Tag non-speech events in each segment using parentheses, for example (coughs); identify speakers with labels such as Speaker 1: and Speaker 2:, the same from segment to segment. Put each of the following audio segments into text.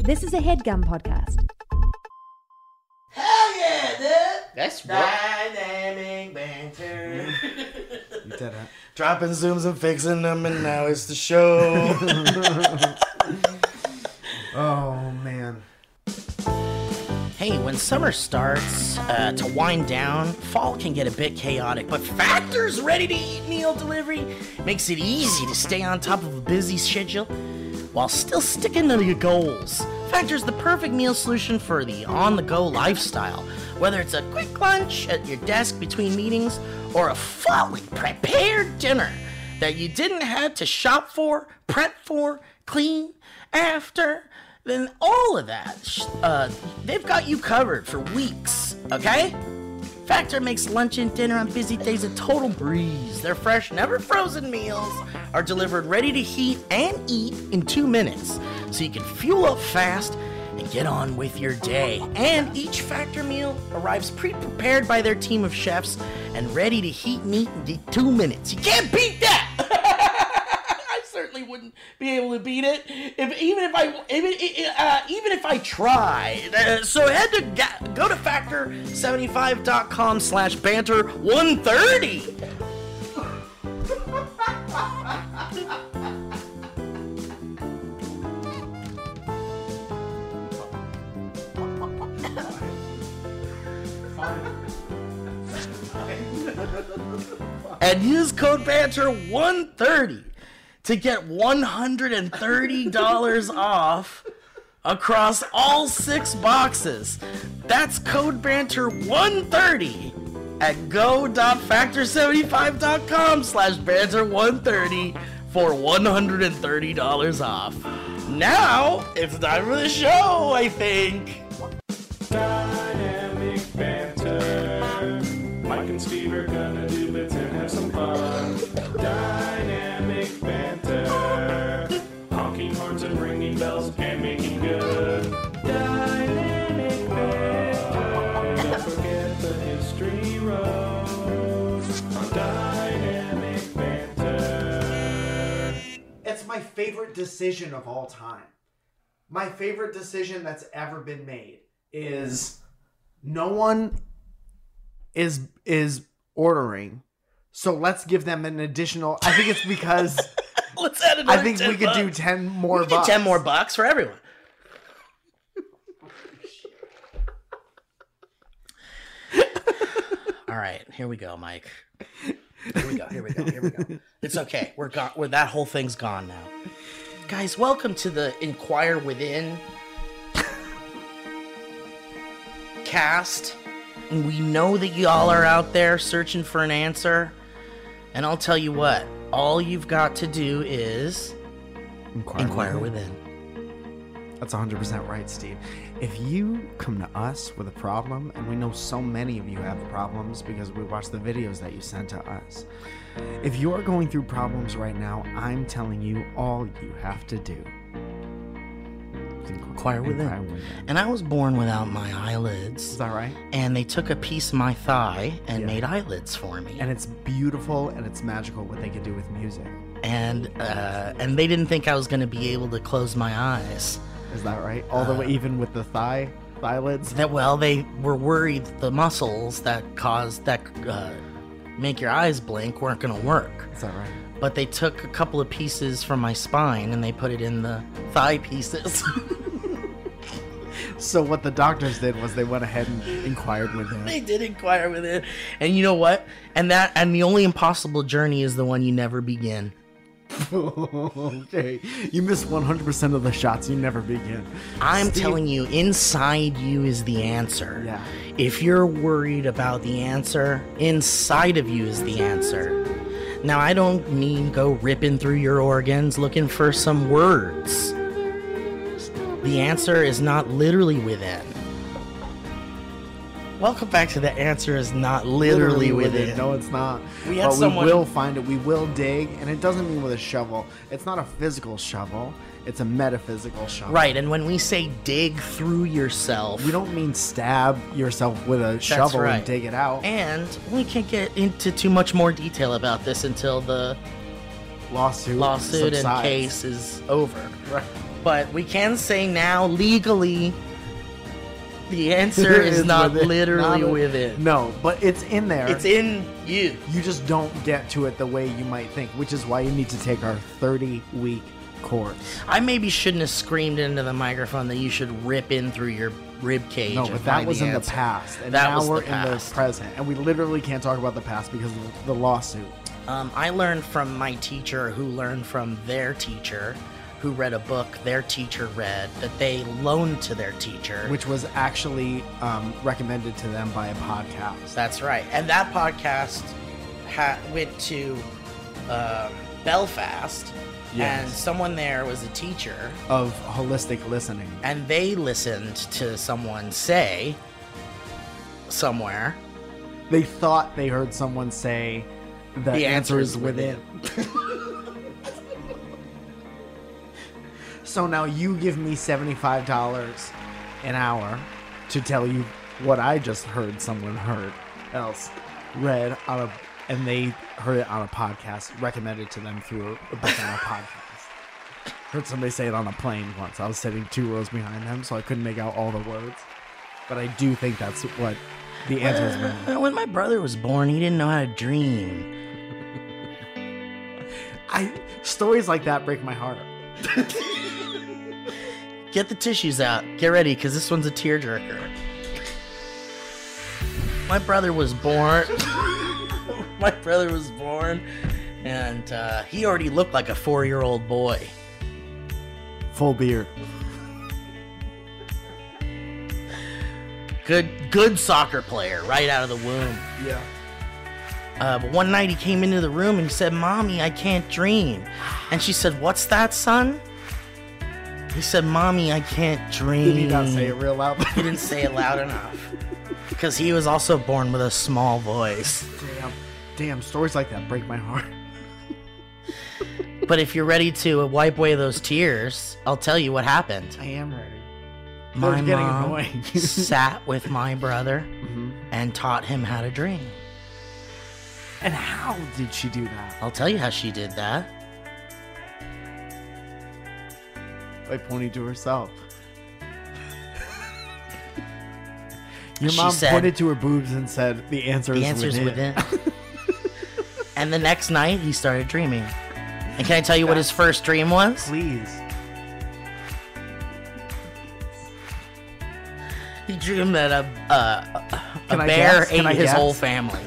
Speaker 1: This is a headgum podcast.
Speaker 2: Hell yeah, dude!
Speaker 3: That's what.
Speaker 2: Dynamic banter.
Speaker 4: You did it.
Speaker 3: Dropping zooms and fixing them, and now it's the show.
Speaker 4: Oh man.
Speaker 2: hey, when summer starts uh, to wind down, fall can get a bit chaotic, but Factor's ready to eat meal delivery makes it easy to stay on top of a busy schedule while still sticking to your goals. Factor's the perfect meal solution for the on the go lifestyle, whether it's a quick lunch at your desk between meetings or a fully prepared dinner that you didn't have to shop for, prep for, clean after, then all of that. sh- Uh, they've got you covered for weeks, okay? Factor makes lunch and dinner on busy days a total breeze. Their fresh, never frozen meals are delivered ready to heat and eat in two minutes, so you can fuel up fast and get on with your day. And each Factor meal arrives pre prepared by their team of chefs and ready to heat and eat in d- two minutes. You can't beat that! (laughs) I certainly wouldn't be able to beat it. If even if I even uh, even if I tried. Uh, so head to ga- go to factor75.com slash banter 130. and use code banter 130 to get
Speaker 4: (laughs)
Speaker 2: $130 off across all six boxes that's code banter 130 at go.factor75.com slash banter 130 for $130 off now it's time for the show i think
Speaker 5: Dynamic banter. Mike and Steve are gonna do bits and have some fun. Dynamic banter. Honking horns and ringing bells and making good. Dynamic banter. Don't forget the history rows on dynamic banter.
Speaker 4: It's my favorite decision of all time. My favorite decision that's ever been made is no one is is ordering. So let's give them an additional I think it's
Speaker 2: (laughs)
Speaker 4: because
Speaker 2: let's add
Speaker 4: I
Speaker 2: another
Speaker 4: think
Speaker 2: 10
Speaker 4: we could do
Speaker 2: bucks.
Speaker 4: 10 more
Speaker 2: We could do
Speaker 4: bucks.
Speaker 2: 10 more bucks for everyone all right here we go mike here we go here we go here we go it's okay we're gone we're that whole thing's gone now guys welcome to the inquire within cast and we know that y'all are out there searching for an answer and i'll tell you what all you've got to do is
Speaker 4: Inquire,
Speaker 2: inquire within
Speaker 4: That's 100% right, Steve. If you come to us with a problem, and we know so many of you have problems because we watch the videos that you send to us, if you're going through problems right now, I'm telling you all you have to do.
Speaker 2: Inquire within.
Speaker 4: Inquire within.
Speaker 2: And I was born without my
Speaker 4: Is
Speaker 2: eyelids,
Speaker 4: that right?
Speaker 2: and they took a piece of my thigh and
Speaker 4: Yeah.
Speaker 2: made eyelids for me.
Speaker 4: And it's beautiful and it's magical what they can do with music.
Speaker 2: And uh, and they didn't think I was going to be able to close my eyes.
Speaker 4: Is that right? All the way,
Speaker 2: Uh,
Speaker 4: even with the thigh, thigh lids.
Speaker 2: That well, they were worried that the muscles that cause that uh, make your eyes blink weren't going to work.
Speaker 4: Is that
Speaker 2: (laughs)
Speaker 4: right?
Speaker 2: But they took a couple of pieces from my spine and they put it in the thigh pieces. (laughs)
Speaker 4: So what the doctors did was they went ahead and inquired with him.
Speaker 2: they did inquire with it, and you know what? And that and the only impossible journey is the one you never begin.
Speaker 4: (laughs) okay. You miss 100% of the shots you never begin.
Speaker 2: I'm
Speaker 4: Steve-
Speaker 2: telling you, inside you is the answer.
Speaker 4: Yeah.
Speaker 2: If you're worried about the answer, inside of you is the answer. Now, I don't mean go ripping through your organs looking for some words. The answer is not literally within. Welcome back to The Answer is Not Literally, Within.
Speaker 4: No, it's not.
Speaker 2: We had
Speaker 4: but
Speaker 2: someone-
Speaker 4: we will find it. We will dig, and it doesn't mean with a shovel. It's not a physical shovel. It's a metaphysical shovel.
Speaker 2: Right, and when we say dig through yourself,
Speaker 4: We don't mean stab yourself with a shovel
Speaker 2: right.
Speaker 4: and dig it out.
Speaker 2: And we can't get into too much more detail about this until the
Speaker 4: lawsuit.
Speaker 2: lawsuit and
Speaker 4: (laughs) subsides.
Speaker 2: case is over.
Speaker 4: Right.
Speaker 2: but we can say now legally
Speaker 4: (laughs)
Speaker 2: the answer is
Speaker 4: It's
Speaker 2: not
Speaker 4: with it.
Speaker 2: literally
Speaker 4: Not-
Speaker 2: with it.
Speaker 4: No, but it's in there.
Speaker 2: It's in you.
Speaker 4: you just don't get to it the way you might think, which is why you need to take our 30 week course.
Speaker 2: I maybe shouldn't have screamed into the microphone that you should rip in through your rib cage.
Speaker 4: No,
Speaker 2: and
Speaker 4: but that
Speaker 2: find
Speaker 4: was in the
Speaker 2: answer.
Speaker 4: past, and
Speaker 2: That
Speaker 4: now
Speaker 2: was
Speaker 4: we're
Speaker 2: the
Speaker 4: in the
Speaker 2: past.
Speaker 4: present, and we literally can't talk about the past because of the lawsuit.
Speaker 2: Um, I learned from my teacher, who learned from their teacher, who read a book their teacher read that they loaned to their teacher.
Speaker 4: which was actually um, recommended to them by a podcast.
Speaker 2: That's right. And that podcast ha- went to um, Belfast,
Speaker 4: Yes.
Speaker 2: and someone there was a teacher,
Speaker 4: Of holistic listening.
Speaker 2: and they listened to someone say somewhere.
Speaker 4: They thought they heard someone say, "The,
Speaker 2: The
Speaker 4: answer
Speaker 2: answer
Speaker 4: is
Speaker 2: is within."
Speaker 4: within." (laughs) so now you give me seventy-five dollars an hour to tell you what I just heard someone heard else read on a, and they heard it on a podcast recommended to them through a book (laughs) on a podcast. Heard somebody say it on a plane once. I was sitting two rows behind them, so I couldn't make out all the words. But I do think that's what the answer is. within.
Speaker 2: When my brother was born, he didn't know how to dream.
Speaker 4: I stories like that break my heart.
Speaker 2: Get the tissues out. Get ready, because this one's a tearjerker. My brother was born. (laughs) my brother was born, and uh, he already looked like a four year old boy.
Speaker 4: Full beard.
Speaker 2: Good, good soccer player right out of the womb.
Speaker 4: Yeah.
Speaker 2: Uh, but one night he came into the room and he said, Mommy, I can't dream. And she said, What's that, son? He said, Mommy, I can't dream.
Speaker 4: Did he not say it real loud?
Speaker 2: He didn't say it loud enough. Because he was also born with a small voice.
Speaker 4: damn, damn. Stories like that break my heart.
Speaker 2: But if you're ready to wipe away those tears, I'll tell you what happened.
Speaker 4: I am ready.
Speaker 2: My
Speaker 4: They're getting
Speaker 2: mom
Speaker 4: annoying. (laughs)
Speaker 2: sat with my brother
Speaker 4: hmm
Speaker 2: and taught him how to dream.
Speaker 4: And how did she do that?
Speaker 2: I'll tell you how she did that.
Speaker 4: By pointing to
Speaker 2: (laughs)
Speaker 4: herself. Your
Speaker 2: She
Speaker 4: mom
Speaker 2: said-
Speaker 4: pointed to her boobs and said, "The answer
Speaker 2: The
Speaker 4: is
Speaker 2: answer's
Speaker 4: within."
Speaker 2: within. (laughs) and the next night, he started dreaming. And can I tell you what his first dream was?
Speaker 4: Please.
Speaker 2: He dreamed that a, a, a
Speaker 4: Can I
Speaker 2: bear
Speaker 4: guess?
Speaker 2: ate
Speaker 4: Can I
Speaker 2: his
Speaker 4: guess?
Speaker 2: whole (laughs) family.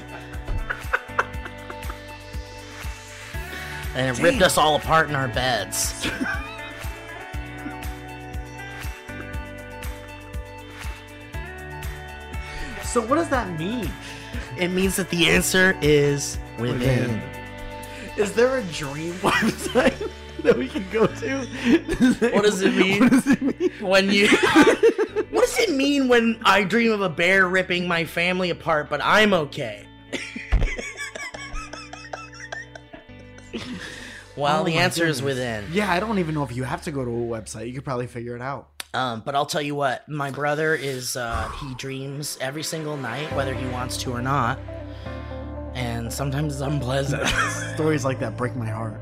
Speaker 2: and it ripped us all apart in our beds.
Speaker 4: So what does that mean?
Speaker 2: It means that the answer is within.
Speaker 4: Within. Is there a dream (laughs) website that we can go to?
Speaker 2: What does it mean?
Speaker 4: (laughs) What does it mean?
Speaker 2: When
Speaker 4: (laughs)
Speaker 2: you. what does it mean when I dream of a bear ripping my family apart, but I'm okay? well,
Speaker 4: Oh
Speaker 2: the
Speaker 4: my
Speaker 2: answer is
Speaker 4: goodness.
Speaker 2: within.
Speaker 4: Yeah, I don't even know if you have to go to a website. You could probably figure it out.
Speaker 2: Um, but I'll tell you what, my brother is, uh, he dreams every single night, whether he wants to or not. And sometimes it's unpleasant. (laughs)
Speaker 4: Stories like that break my heart.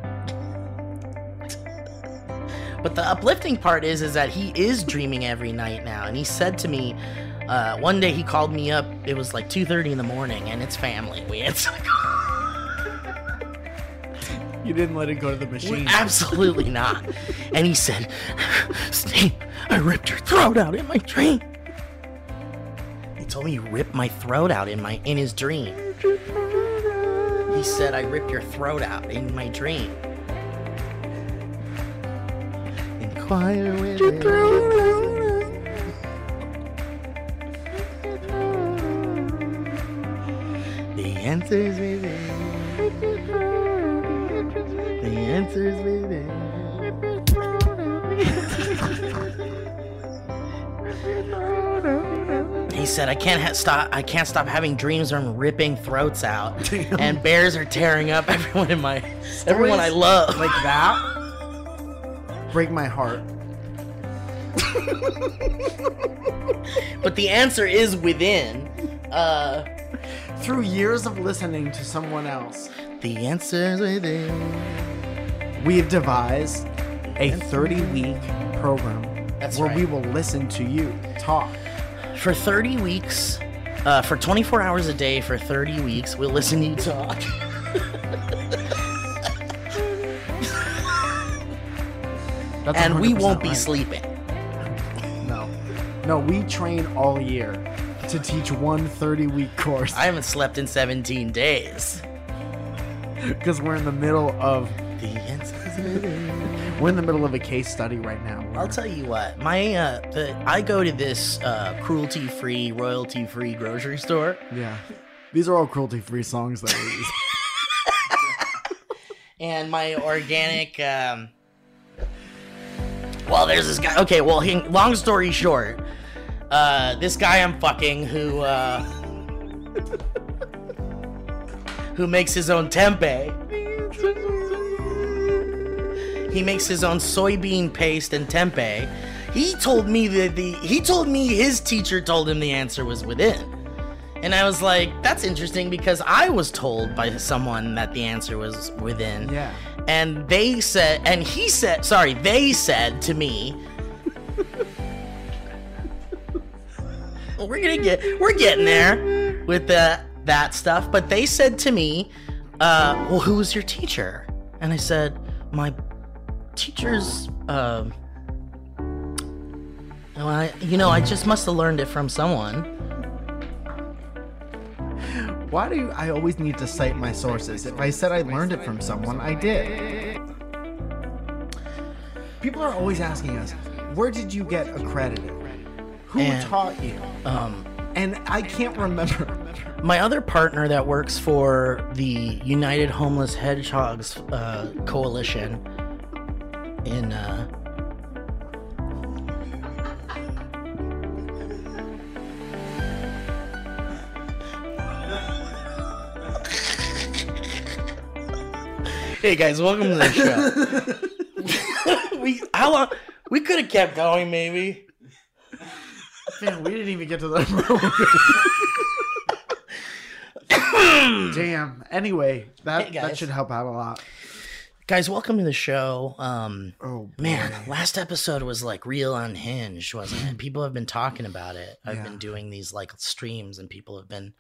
Speaker 2: but the uplifting part is, is that he is dreaming every night now. And he said to me, uh, one day he called me up. It was like 2.30 in the morning and it's family. We answered the call. (laughs)
Speaker 4: You didn't let it go to the machine.
Speaker 2: Absolutely not. And he said, Steve, I ripped your throat out in my dream. He told me he ripped my throat out in my in his dream. He said I ripped your throat out in my dream. Inquire with The answer's within. The answer's within. He said, "I can't ha- stop. I can't stop having dreams where I'm ripping throats out,
Speaker 4: Damn.
Speaker 2: and bears are tearing up everyone in my, everyone I
Speaker 4: Stories
Speaker 2: love."
Speaker 4: Like that? Break my heart.
Speaker 2: (laughs) but the answer is within. Uh,
Speaker 4: Through years of listening to someone else,
Speaker 2: the answer's within.
Speaker 4: we have devised a 30 week program
Speaker 2: That's
Speaker 4: where we
Speaker 2: right.
Speaker 4: will listen to you talk.
Speaker 2: For 30 weeks, uh, for 24 hours a day for 30 weeks, we'll listen to you talk.
Speaker 4: That's
Speaker 2: and we
Speaker 4: 100%
Speaker 2: won't be
Speaker 4: right.
Speaker 2: sleeping.
Speaker 4: No. No, we train all year to teach one 30 week course
Speaker 2: I haven't slept in 17 days.
Speaker 4: because we're in the middle of
Speaker 2: The answer.
Speaker 4: (laughs) we're in the middle of a case study right now.
Speaker 2: I'll tell you what, my uh, the, I go to this uh, cruelty-free, royalty-free grocery store,
Speaker 4: Yeah. These are all cruelty free songs that we use.
Speaker 2: and my organic. Um, well, there's this guy. Okay, well, hang, long story short, uh, this guy I'm fucking who uh, who makes his own tempeh. He makes his own soybean paste and tempeh. He told me that the he told me his teacher told him the answer was within. And I was like, that's interesting because I was told by someone that the answer was within.
Speaker 4: (laughs) Yeah.
Speaker 2: And they said, and he said, sorry, they said to me, we're gonna get, we're getting there with the, that stuff. But they said to me, uh, well, who was your teacher? And I said, my teacher's, um, well, I, you know, I just must have learned it from someone.
Speaker 4: Why do you, I always need to cite my sources? If I said I learned it from someone, I did. People are always asking us, where did you get accredited? Who
Speaker 2: And-
Speaker 4: taught you?
Speaker 2: Um,
Speaker 4: And I can't remember.
Speaker 2: My other partner that works for the United Homeless Hedgehogs uh, Coalition in. Uh, hey guys, welcome to the show. (laughs) we how long? We could have kept going, maybe.
Speaker 4: Man, we didn't even get to the (laughs) (coughs) Damn. Anyway, that
Speaker 2: Hey,
Speaker 4: that
Speaker 2: guys.
Speaker 4: should help out a lot.
Speaker 2: Guys, welcome to the show. Um,
Speaker 4: Oh
Speaker 2: Man, last episode was like real unhinged, wasn't it? People have been talking about it. I've
Speaker 4: Yeah.
Speaker 2: been doing these like streams and people have been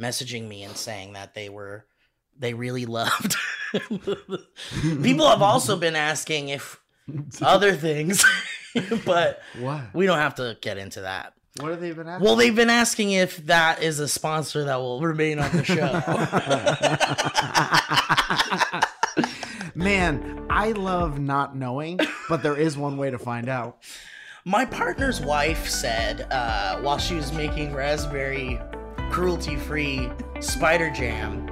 Speaker 2: messaging me and saying that they were they really loved. (laughs) people have also been asking if other things, (laughs) but
Speaker 4: what?
Speaker 2: we don't have to get into that.
Speaker 4: What have they been asking?
Speaker 2: Well, they've been asking if that is a sponsor that will remain on the show.
Speaker 4: Man, I love not knowing, but there is one way to find out.
Speaker 2: My partner's wife said uh, while she was making raspberry cruelty free spider jam.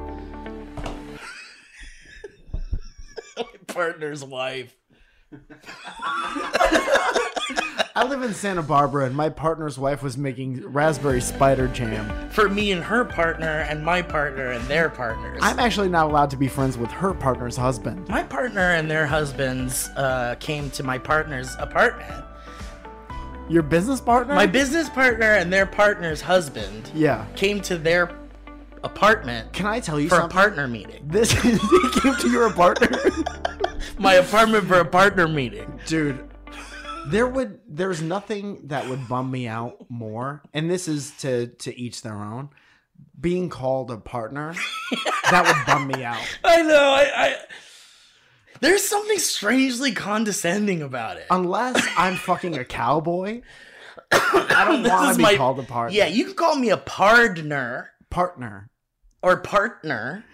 Speaker 2: (laughs) My partner's wife.
Speaker 4: I live in Santa Barbara, and my partner's wife was making raspberry spider jam.
Speaker 2: For me and her partner, and my partner and their partners.
Speaker 4: I'm actually not allowed to be friends with her partner's husband.
Speaker 2: my partner and their husbands uh, came to my partner's apartment.
Speaker 4: Your business partner?
Speaker 2: My business partner and their partner's husband
Speaker 4: yeah.
Speaker 2: came to their apartment
Speaker 4: Can I tell you
Speaker 2: for a
Speaker 4: something?
Speaker 2: partner meeting.
Speaker 4: this (laughs) they came to your partner.
Speaker 2: My apartment for a partner meeting.
Speaker 4: dude there would there's nothing that would bum me out more and this is to to each their own being called a partner that would bum me out
Speaker 2: I know. I, I there's something strangely condescending about it.
Speaker 4: unless i'm fucking a cowboy i
Speaker 2: (coughs)
Speaker 4: don't
Speaker 2: This
Speaker 4: want
Speaker 2: is
Speaker 4: to be
Speaker 2: my-
Speaker 4: called a partner
Speaker 2: yeah, you can call me a pardner
Speaker 4: partner
Speaker 2: or partner,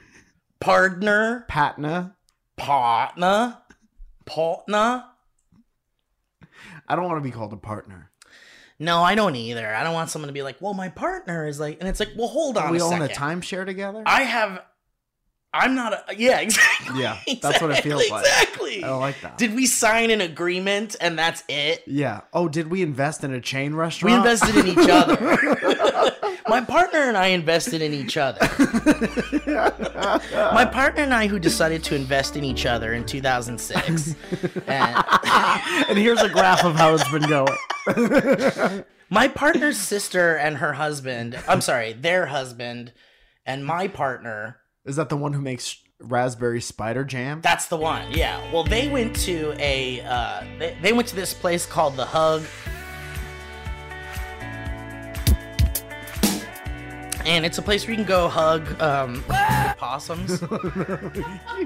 Speaker 2: pardner,
Speaker 4: patna
Speaker 2: partner, partner.
Speaker 4: i don't want to be called a partner
Speaker 2: No, I don't either. I don't want someone to be like, "Well, my partner is like," and it's like, "Well, hold on
Speaker 4: we
Speaker 2: a
Speaker 4: own
Speaker 2: second.
Speaker 4: a timeshare together
Speaker 2: I have. I'm not a. Yeah, (laughs) exactly.
Speaker 4: yeah that's what it feels
Speaker 2: exactly,
Speaker 4: like Oh.
Speaker 2: Exactly.
Speaker 4: i don't like that
Speaker 2: Did we sign an agreement and that's it?
Speaker 4: yeah oh did we invest in a chain
Speaker 2: We
Speaker 4: restaurant (laughs)
Speaker 2: invested in each other. My partner and I invested in each other. My partner and I, who decided to invest in each other in 2006. And
Speaker 4: and here's a graph of how it's been going
Speaker 2: my partner's sister and her husband, I'm sorry, their husband and my partner,
Speaker 4: Is that the one who makes raspberry spider jam.
Speaker 2: That's the one. Yeah. Well, they went to a uh, they, they went to this place called the Hug. And it's a place where you can go hug um, possums.
Speaker 4: (laughs) I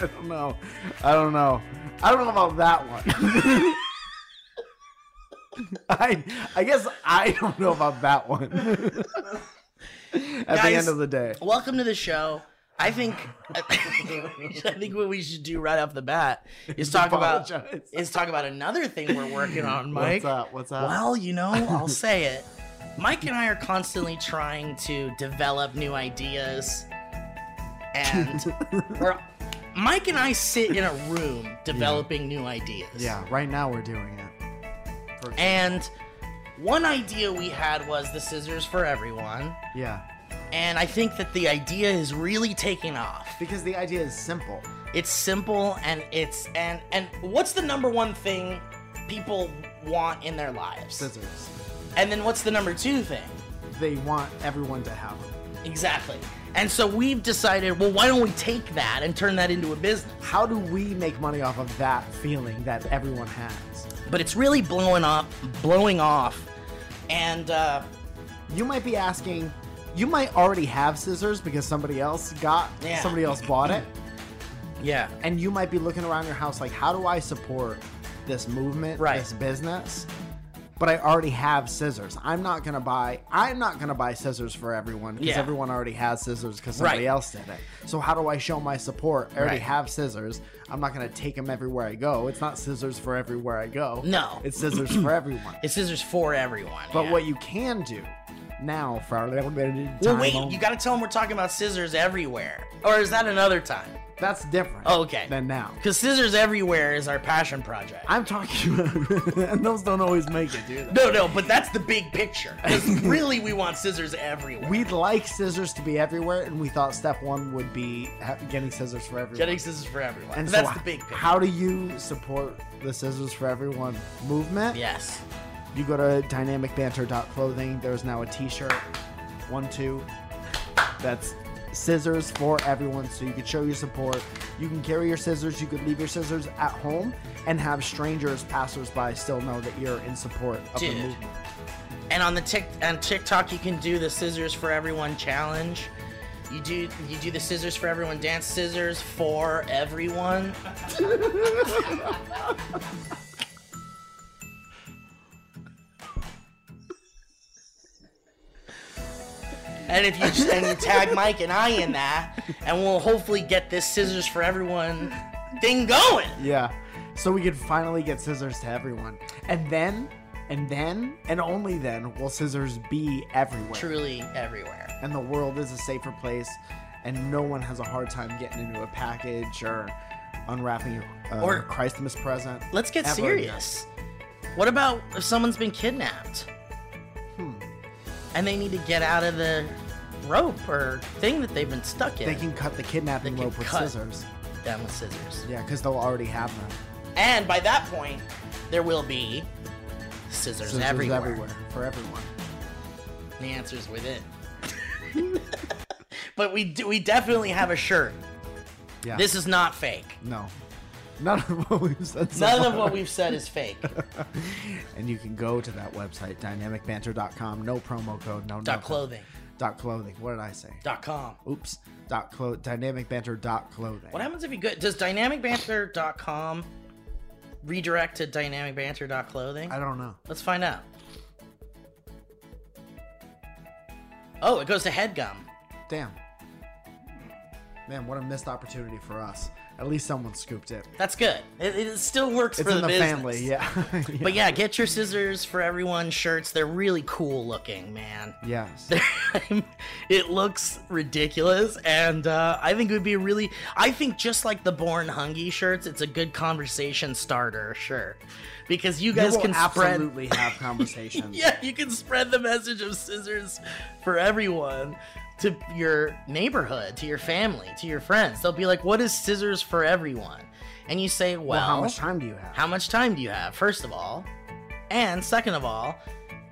Speaker 4: don't know. I don't know. I don't know about that one. (laughs) I I guess I don't know about that one. At the
Speaker 2: Guys-
Speaker 4: end of the day.
Speaker 2: Welcome to the show. I think (laughs) I think what we should do right off the bat
Speaker 4: (laughs)
Speaker 2: is talk about
Speaker 4: Apologize.
Speaker 2: is talk about another thing we're working on, Mike.
Speaker 4: (laughs) What's up? What's up?
Speaker 2: Well, you know,
Speaker 4: (laughs)
Speaker 2: I'll say it. Mike and I are constantly trying to develop new ideas. And
Speaker 4: (laughs)
Speaker 2: we're, Mike and I sit in a room developing new ideas.
Speaker 4: yeah, right now we're doing it.
Speaker 2: And one idea we had was the scissors for everyone.
Speaker 4: Yeah.
Speaker 2: And I think that the idea is really taking off.
Speaker 4: Because the idea is simple.
Speaker 2: It's simple and it's and and what's the number one thing people want in their lives?
Speaker 4: Scissors.
Speaker 2: And then what's the number two thing?
Speaker 4: They want everyone to have them.
Speaker 2: Exactly. And so we've decided, well, why don't we take that and turn that into a business?
Speaker 4: How do we make money off of that feeling that everyone has?
Speaker 2: But it's really blowing up, blowing off. And uh,
Speaker 4: You might be asking, you might already have scissors because somebody else got
Speaker 2: Yeah.
Speaker 4: somebody else
Speaker 2: (clears throat)
Speaker 4: bought it.
Speaker 2: yeah,
Speaker 4: and you might be looking around your house like how do i support this movement
Speaker 2: Right.
Speaker 4: this business but i already have scissors i'm not gonna buy i'm not gonna buy scissors for everyone because
Speaker 2: Yeah.
Speaker 4: everyone already has scissors because somebody
Speaker 2: Right.
Speaker 4: else did it so how do i show my support i already
Speaker 2: Right.
Speaker 4: have scissors i'm not gonna take them everywhere i go it's not scissors for everywhere i go
Speaker 2: No.
Speaker 4: it's scissors
Speaker 2: (clears throat)
Speaker 4: for everyone
Speaker 2: it's scissors for everyone.
Speaker 4: but
Speaker 2: yeah.
Speaker 4: what you can do now for our little bit of
Speaker 2: Well,
Speaker 4: time
Speaker 2: wait,
Speaker 4: on-
Speaker 2: you gotta tell them we're talking about scissors everywhere. Or is that another time?
Speaker 4: that's different
Speaker 2: Oh, okay.
Speaker 4: than now
Speaker 2: Because scissors everywhere is our passion project.
Speaker 4: i'm talking about (laughs) and those don't always make it do they
Speaker 2: no, no, but that's the big picture.
Speaker 4: (laughs)
Speaker 2: 'Cause really, we want scissors everywhere.
Speaker 4: We'd like scissors to be everywhere, and we thought step one would be ha- getting scissors for everyone.
Speaker 2: Getting scissors for everyone.
Speaker 4: and
Speaker 2: that's
Speaker 4: so
Speaker 2: the big picture.
Speaker 4: How do you support the Scissors for Everyone movement?
Speaker 2: yes.
Speaker 4: You go to dynamicbanter.clothing. There's now a t shirt, one, two. That's scissors for everyone, so you can show your support. You can carry your scissors, you could leave your scissors at home, and have strangers, passersby, still know that you're in support of
Speaker 2: Dude.
Speaker 4: the movement.
Speaker 2: And on the tick on TikTok, you can do the scissors for everyone challenge. You do you do the scissors for everyone dance scissors for everyone. (laughs) and if you and you tag Mike and I in that, and we'll hopefully get this scissors for everyone thing going.
Speaker 4: Yeah. So we could finally get scissors to everyone. And then, and then, and only then will scissors be everywhere.
Speaker 2: Truly everywhere.
Speaker 4: And the world is a safer place, and no one has a hard time getting into a package or unwrapping uh, a
Speaker 2: Or-
Speaker 4: or Christmas present.
Speaker 2: Let's get
Speaker 4: ever
Speaker 2: serious. What about if someone's been kidnapped?
Speaker 4: Hmm.
Speaker 2: And they need to get out of the rope or thing that they've been stuck in.
Speaker 4: again. They can cut the kidnapping
Speaker 2: They can
Speaker 4: rope with
Speaker 2: cut.
Speaker 4: scissors.
Speaker 2: down with scissors.
Speaker 4: Yeah, because they'll already have them.
Speaker 2: And by that point, there will be scissors,
Speaker 4: Scissors
Speaker 2: everywhere.
Speaker 4: for everyone.
Speaker 2: The answer's within. (laughs) but we do, we definitely have a shirt.
Speaker 4: Yeah.
Speaker 2: This is not fake.
Speaker 4: no. None of what we've said. so
Speaker 2: None of
Speaker 4: far.
Speaker 2: what we've said is fake.
Speaker 4: (laughs) And you can go to that website, dynamicbanter.com. No promo code. No.
Speaker 2: dot
Speaker 4: nothing.
Speaker 2: clothing.
Speaker 4: dot clothing. What did I say?
Speaker 2: Dot com.
Speaker 4: Oops. Dot clo- dynamic banter dot clothing.
Speaker 2: What happens if you go? Does dynamicbanter.com redirect to dynamicbanter.clothing?
Speaker 4: I don't know.
Speaker 2: Let's find out. Oh, it goes to headgum.
Speaker 4: Damn. Man, what a missed opportunity for us. At least someone scooped it.
Speaker 2: That's good. It, it still works
Speaker 4: It's
Speaker 2: for
Speaker 4: in the,
Speaker 2: business.
Speaker 4: family, yeah.
Speaker 2: (laughs)
Speaker 4: (laughs) yeah.
Speaker 2: But yeah, get your scissors for everyone shirts. They're really cool looking, man. (laughs)
Speaker 4: yes.
Speaker 2: it looks ridiculous, and uh, I think it would be really. I think just like the Born Hungy shirts, it's a good conversation starter shirt because you
Speaker 4: You
Speaker 2: guys
Speaker 4: will
Speaker 2: can spread.
Speaker 4: absolutely
Speaker 2: (laughs)
Speaker 4: have conversations.
Speaker 2: Yeah, you can spread the message of scissors for everyone to your neighborhood, to your family, to your friends. They'll be like, "What is scissors for everyone?" And you say, "Well,
Speaker 4: Well, how much time do you have?
Speaker 2: how much time do you have?" First of all, and second of all,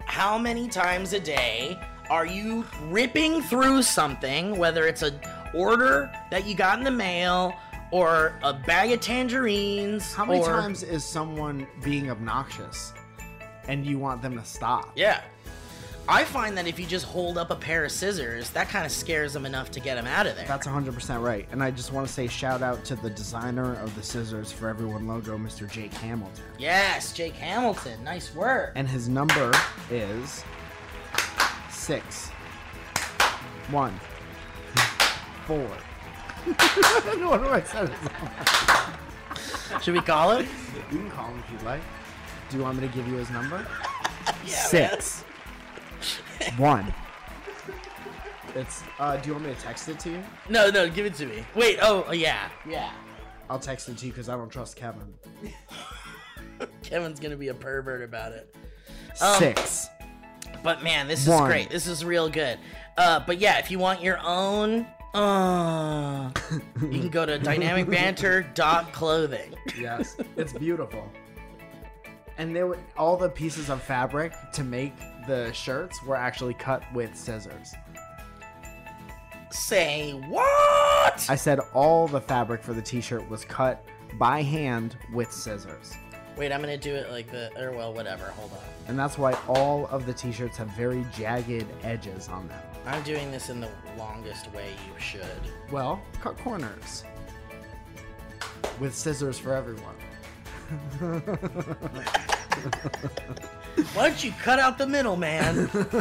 Speaker 2: how many times a day are you ripping through something, whether it's a order that you got in the mail or a bag of tangerines.
Speaker 4: How many
Speaker 2: or-
Speaker 4: times is someone being obnoxious and you want them to stop?
Speaker 2: Yeah. I find that if you just hold up a pair of scissors, that kind of scares them enough to get them out of there.
Speaker 4: That's 100% right. And I just want to say shout out to the designer of the Scissors for Everyone logo, Mr. Jake Hamilton.
Speaker 2: yes, Jake Hamilton. Nice work.
Speaker 4: And his number is six, one, four. (laughs) what do I say?
Speaker 2: Should we call him?
Speaker 4: You can call him if you'd like. Do you want me to give you his number?
Speaker 2: (laughs) Yeah,
Speaker 4: Six, one. It's. Uh, do you want me to text it to you?
Speaker 2: man. No, no, give it to me. Wait, oh, yeah. Yeah.
Speaker 4: I'll text it to you because I don't trust Kevin.
Speaker 2: Kevin's going to be a pervert about it.
Speaker 4: Six.
Speaker 2: But man, this is
Speaker 4: One.
Speaker 2: great. This is real good. Uh, but yeah, if you want your own, uh, you can go to dynamicbanter.clothing.
Speaker 4: Yes, it's beautiful. And they were all the pieces of fabric to make the shirts were actually cut with scissors.
Speaker 2: Say what?
Speaker 4: I said all the fabric for the t-shirt was cut by hand with scissors.
Speaker 2: Wait, I'm gonna do it like the or well, whatever. Hold on.
Speaker 4: And that's why all of the t-shirts have very jagged edges on them.
Speaker 2: I'm doing this in the longest way you should.
Speaker 4: Well, cut corners with scissors for everyone.
Speaker 2: Why don't you cut out the middle, man?
Speaker 4: Why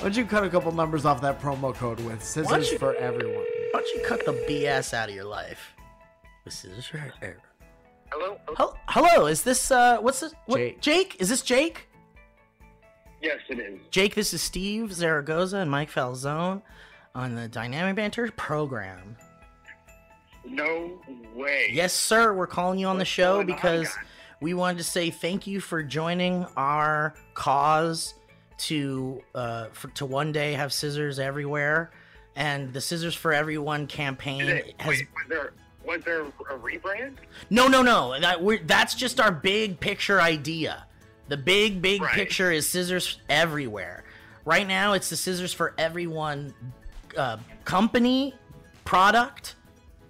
Speaker 4: don't you cut a couple numbers off that promo code with scissors
Speaker 2: you-
Speaker 4: for everyone?
Speaker 2: Why don't you cut the BS out of your life? This is her.
Speaker 1: Hello?
Speaker 2: Hel- Hello, is this uh? What's this? What,
Speaker 4: Jake.
Speaker 2: Jake, is this Jake?
Speaker 1: Yes, it is.
Speaker 2: Jake, this is Steve Zaragoza and Mike Falzone on the Dynamic Banter program.
Speaker 1: No way.
Speaker 2: Yes, sir, we're calling you on the
Speaker 1: What's
Speaker 2: show
Speaker 1: going on,
Speaker 2: because
Speaker 1: guys?
Speaker 2: we wanted to say thank you for joining our cause to uh, for, to one day have scissors everywhere. And the Scissors for Everyone
Speaker 1: Did
Speaker 2: campaign
Speaker 1: it-
Speaker 2: has
Speaker 1: wait, was there was there a rebrand?
Speaker 2: no, no, no. That we're, that's just our big picture idea. The big, big
Speaker 1: Right.
Speaker 2: picture is scissors everywhere. Right now, it's the scissors for everyone uh, company product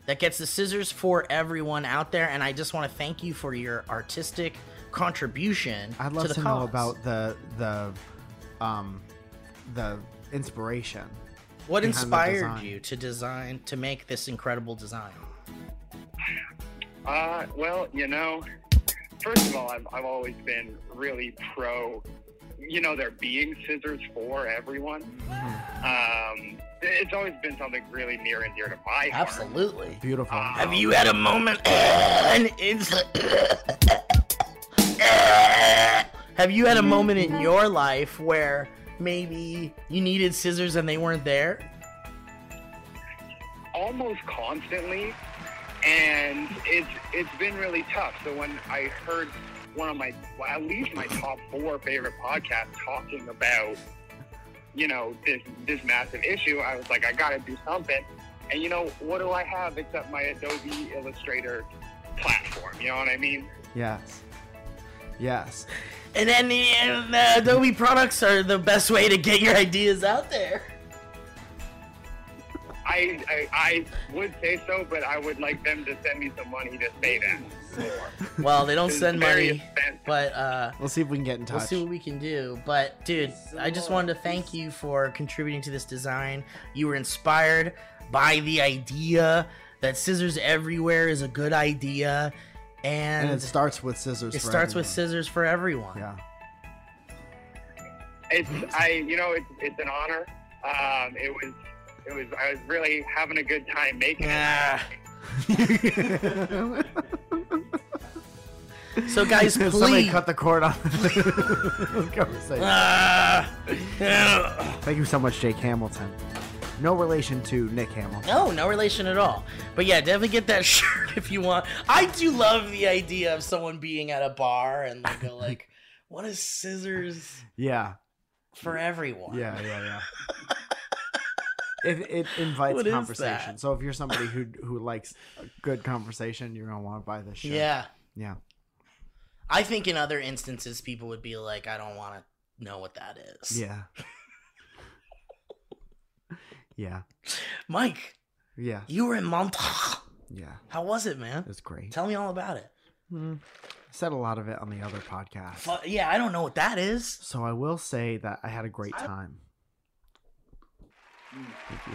Speaker 2: that gets the scissors for everyone out there. And I just want to thank you for your artistic contribution.
Speaker 4: I'd love
Speaker 2: the
Speaker 4: to,
Speaker 2: cause.
Speaker 4: know about the the um the inspiration.
Speaker 2: what
Speaker 4: behind the
Speaker 2: inspired
Speaker 4: design.
Speaker 2: you to design to make this incredible design.
Speaker 1: Uh, well, you know, first of all, I've, I've always been really pro, you know, there being scissors for everyone.
Speaker 2: Mm-hmm.
Speaker 1: Um, it's always been something really near and dear to my heart.
Speaker 2: Absolutely.
Speaker 4: Beautiful.
Speaker 2: Ah. Have you had a moment? And it's Have you had a moment in your life where maybe you needed scissors and they weren't there?
Speaker 1: almost constantly, and it's it's been really tough. So when I heard one of my well, at least my top four favorite podcasts talking about you know this this massive issue, I was like, I got to do something. And you know what do I have except my Adobe Illustrator platform? You know what I mean?
Speaker 4: Yes. Yes.
Speaker 2: And then the, and the Adobe products are the best way to get your ideas out there.
Speaker 1: I, I I would say so, but I would like them to send me some money to say that.
Speaker 2: Well, they don't
Speaker 1: It's
Speaker 2: send
Speaker 1: very
Speaker 2: money,
Speaker 1: expensive.
Speaker 2: but uh,
Speaker 4: We'll see if we can get in
Speaker 2: We'll
Speaker 4: touch.
Speaker 2: see what we can do. But dude, I just wanted to thank you for contributing to this design. You were inspired by the idea that scissors everywhere is a good idea, and,
Speaker 4: and it starts with scissors.
Speaker 2: it
Speaker 4: for
Speaker 2: starts with
Speaker 4: everyone.
Speaker 2: scissors for everyone. (laughs)
Speaker 4: Yeah.
Speaker 1: It's I you know it's it's an honor. Um, it was it was I was really having a good time making it.
Speaker 2: Ah. so guys,
Speaker 4: (laughs) Somebody
Speaker 2: please.
Speaker 4: cut the cord off. (laughs) Conversation.
Speaker 2: Ah. Yeah.
Speaker 4: Thank you so much, Jake Hamilton. No relation to Nick
Speaker 2: (laughs)
Speaker 4: Hamilton.
Speaker 2: No, no relation at all. But yeah, definitely get that (laughs) shirt if you want. I do love the idea of someone being at a bar and they go
Speaker 4: (laughs)
Speaker 2: like, "What is scissors
Speaker 4: Yeah.
Speaker 2: for everyone?"
Speaker 4: Yeah. Yeah. Yeah. It, it invites
Speaker 2: What is
Speaker 4: conversation.
Speaker 2: that?
Speaker 4: So if you're somebody who who likes a good conversation, you're gonna want to buy this shirt.
Speaker 2: Yeah.
Speaker 4: Yeah.
Speaker 2: I think in other instances, people would be like, "I don't want to know what that is."
Speaker 4: Yeah. Yeah.
Speaker 2: Mike,
Speaker 4: Yeah.
Speaker 2: you were in Montauk.
Speaker 4: Yeah.
Speaker 2: How was it, man?
Speaker 4: It's great.
Speaker 2: Tell me all about it.
Speaker 4: Said a lot of it on the other podcast.
Speaker 2: Fu- yeah, I don't know what that is.
Speaker 4: So I will say that I had a great time. Thank you.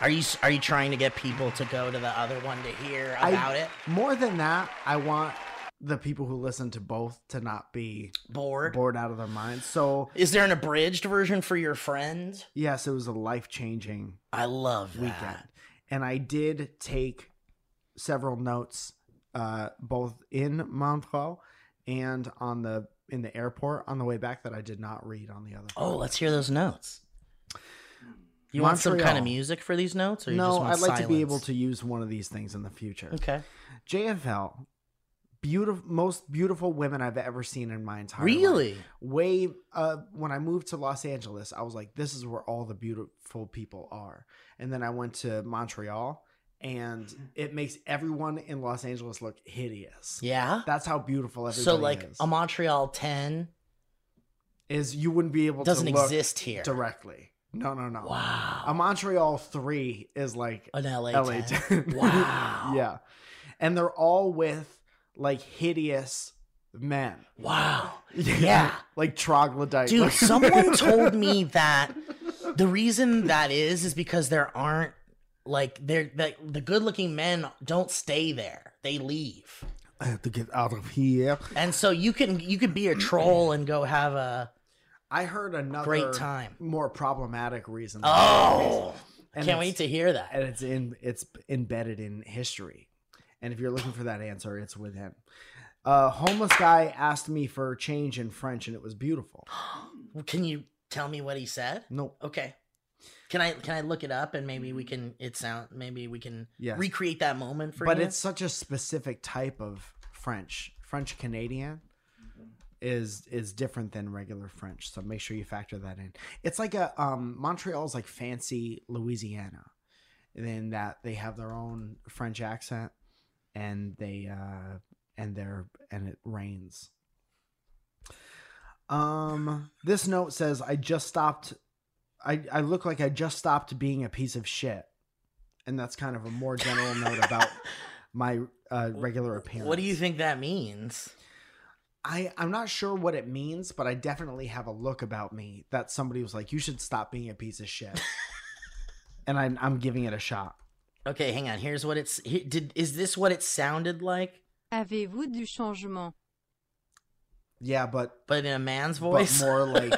Speaker 2: Are you s- are you trying to get people to go to the other one to hear about it?
Speaker 4: More than that, I want the people who listen to both to not be
Speaker 2: Bored?
Speaker 4: bored out of their minds. So,
Speaker 2: Is there an abridged version for your friend?
Speaker 4: yes, it was a life changing
Speaker 2: I love that.
Speaker 4: weekend. And I did take several notes uh, both in Montreal and on the in the airport on the way back that I did not read on the other.
Speaker 2: Oh, let's hear those notes. You want some kind of
Speaker 4: Montreal.
Speaker 2: music for these notes, or you
Speaker 4: no,
Speaker 2: just want
Speaker 4: I'd like to be
Speaker 2: silence?
Speaker 4: able to use one of these things in the future.
Speaker 2: Okay.
Speaker 4: JFL, beautiful, most beautiful women I've ever seen in my entire life.
Speaker 2: Really?
Speaker 4: Way uh, when I moved to Los Angeles, I was like, this is where all the beautiful people are. And then I went to Montreal, and
Speaker 2: Mm-hmm.
Speaker 4: it makes everyone in Los Angeles look hideous.
Speaker 2: Yeah.
Speaker 4: That's how beautiful everybody
Speaker 2: So like
Speaker 4: is.
Speaker 2: a Montreal ten
Speaker 4: is you wouldn't be able
Speaker 2: doesn't
Speaker 4: to look
Speaker 2: exist here.
Speaker 4: directly. No, no, no.
Speaker 2: Wow.
Speaker 4: A Montreal three is like
Speaker 2: An LA,
Speaker 4: LA
Speaker 2: 10.
Speaker 4: (laughs) 10.
Speaker 2: Wow.
Speaker 4: yeah. And they're all with like hideous men.
Speaker 2: Wow. Yeah.
Speaker 4: (laughs) like (laughs) troglodyte.
Speaker 2: Dude, someone told me that the reason that is is because there aren't like they're like the good looking men don't stay there. They leave.
Speaker 4: I have to get out of here.
Speaker 2: And so you can you could be a troll and go have a
Speaker 4: I heard another
Speaker 2: great time.
Speaker 4: more problematic reason.
Speaker 2: Oh
Speaker 4: And
Speaker 2: can't
Speaker 4: it's-
Speaker 2: wait to hear that.
Speaker 4: And it's in it's embedded in history. And if you're looking for that answer, it's with him. A homeless guy asked me for change in French and it was beautiful.
Speaker 2: Can you tell me what he said?
Speaker 4: Nope.
Speaker 2: Okay. Can I can I look it up and maybe we can it sound maybe we can
Speaker 4: Yes.
Speaker 2: recreate that moment for
Speaker 4: but
Speaker 2: you?
Speaker 4: it's such a specific type of French. French Canadian is is different than regular French, so make sure you factor that in. It's like a um, Montreal's like fancy Louisiana, and then that they have their own French accent, and they uh, and they're and it rains. Um, this note says, "I just stopped. I I look like I just stopped being a piece of shit," and that's kind of a more general note
Speaker 2: (laughs)
Speaker 4: about my uh, regular appearance.
Speaker 2: what do you think that means?
Speaker 4: I I'm not sure what it means, but I definitely have a look about me that somebody was like, "You should stop being a piece
Speaker 2: (laughs)
Speaker 4: of shit," and I'm I'm giving it a shot.
Speaker 2: Okay, hang on. Here's what it's he, did is this what it sounded like
Speaker 6: Avez-vous du changement
Speaker 4: Yeah, but
Speaker 2: but in a man's voice?
Speaker 4: but more like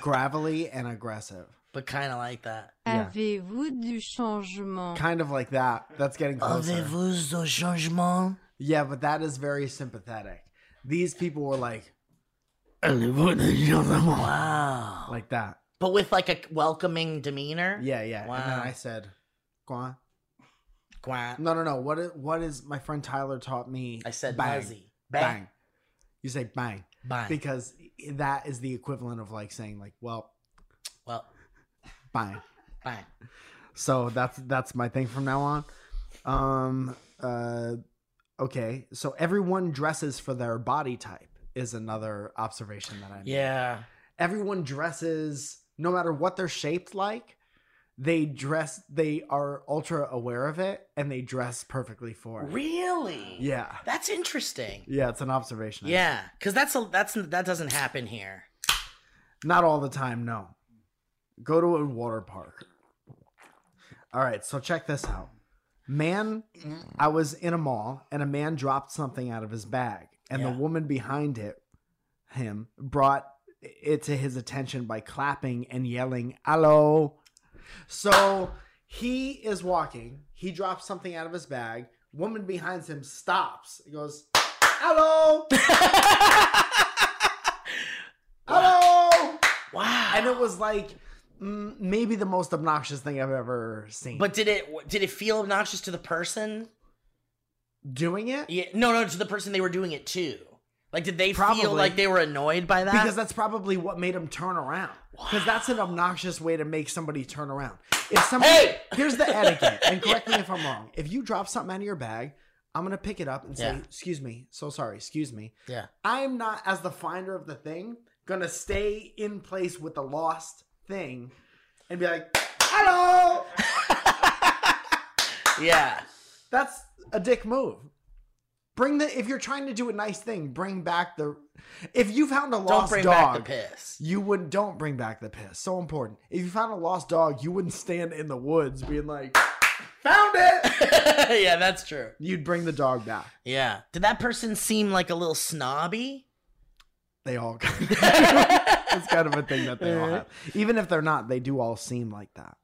Speaker 4: gravelly and aggressive,
Speaker 2: (laughs) but kind of like that.
Speaker 4: Yeah.
Speaker 6: Avez-vous du changement
Speaker 4: kind of like that. That's getting closer.
Speaker 2: Avez-vous du changement?
Speaker 4: Yeah, but that is very sympathetic. These people were like
Speaker 2: Wow.
Speaker 4: like that.
Speaker 2: But with like a welcoming demeanor?
Speaker 4: Yeah, yeah. And then
Speaker 2: Wow.
Speaker 4: I said, "Go on."
Speaker 2: Quack.
Speaker 4: No, no, no. What is what is my friend Tyler taught me?
Speaker 2: I said
Speaker 4: bang,
Speaker 2: Nazi.
Speaker 4: bang. You say bang.
Speaker 2: Bang. Bang.
Speaker 4: because that is the equivalent of like saying like well
Speaker 2: Well,
Speaker 4: bye
Speaker 2: bang.
Speaker 4: so that's that's my thing from now on um uh okay so everyone dresses for their body type is another observation that i made.
Speaker 2: Yeah.
Speaker 4: everyone dresses no matter what they're shaped like they dress they are ultra aware of it and they dress perfectly for it
Speaker 2: Really?
Speaker 4: yeah
Speaker 2: That's interesting.
Speaker 4: yeah it's an observation I
Speaker 2: Yeah, cuz that's a that's that doesn't happen
Speaker 4: (laughs)
Speaker 2: here.
Speaker 4: Not all the time, no. Go to a water park. All right, so check this out. Man, I was in a mall and a man dropped something out of his bag, and
Speaker 2: Yeah.
Speaker 4: the woman behind it, him, brought it to his attention by clapping and yelling, Hello. So he is walking, he drops something out of his bag, woman behind him stops, He goes, Hello, hello.
Speaker 2: wow.
Speaker 4: and it was like mm, maybe the most obnoxious thing I've ever seen.
Speaker 2: But did it did it feel obnoxious to the person?
Speaker 4: doing it
Speaker 2: Yeah, no, no, to the person they were doing it to. Like, did they
Speaker 4: Probably.
Speaker 2: feel like they were annoyed by that?
Speaker 4: because that's probably what made him turn around. Because that's an obnoxious way to make somebody turn around. If somebody
Speaker 2: Hey!
Speaker 4: (laughs) here's the etiquette,
Speaker 2: (laughs)
Speaker 4: and correct me if I'm wrong. If you drop something out of your bag, I'm gonna pick it up and say,
Speaker 2: Yeah.
Speaker 4: "Excuse me, so sorry, excuse me."
Speaker 2: yeah,
Speaker 4: I'm not as the finder of the thing gonna stay in place with the lost thing and be like, "Hello."
Speaker 2: yeah.
Speaker 4: That's a dick move. Bring the if you're trying to do a nice thing, bring back the. If you found a
Speaker 2: Don't
Speaker 4: lost
Speaker 2: bring
Speaker 4: dog,
Speaker 2: back the piss. (laughs)
Speaker 4: you would not don't bring back the piss. So important. If you found a lost dog, you wouldn't stand in the woods being like, "Found it."
Speaker 2: (laughs) yeah, that's true.
Speaker 4: You'd bring the dog back.
Speaker 2: Yeah. Did that person seem like a little snobby? (laughs)
Speaker 4: They all kind of, it's kind of a thing that they all have. Even if they're not, they do all seem like that.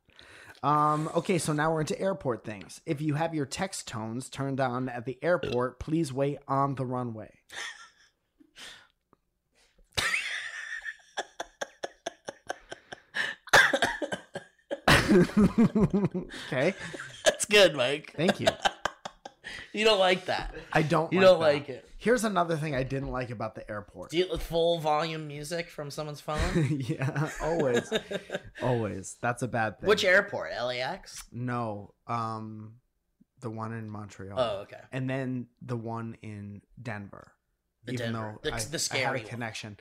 Speaker 4: Um, okay, so now we're into airport things. If you have your text tones turned on at the airport, please wait on
Speaker 2: (laughs)
Speaker 4: the runway. okay,
Speaker 2: That's good, Mike.
Speaker 4: thank you.
Speaker 2: You don't like that.
Speaker 4: I don't.
Speaker 2: You
Speaker 4: like
Speaker 2: don't
Speaker 4: that.
Speaker 2: like it.
Speaker 4: Here's another thing I didn't like about the airport.
Speaker 2: Do you full volume music from someone's phone?
Speaker 4: (laughs)
Speaker 2: (laughs)
Speaker 4: yeah, always, always. That's a bad thing.
Speaker 2: Which airport? LAX?
Speaker 4: No, um, the one in Montreal,
Speaker 2: Oh, okay.
Speaker 4: and then the one in Denver.
Speaker 2: The Denver. The- the scary
Speaker 4: I had a
Speaker 2: one.
Speaker 4: connection.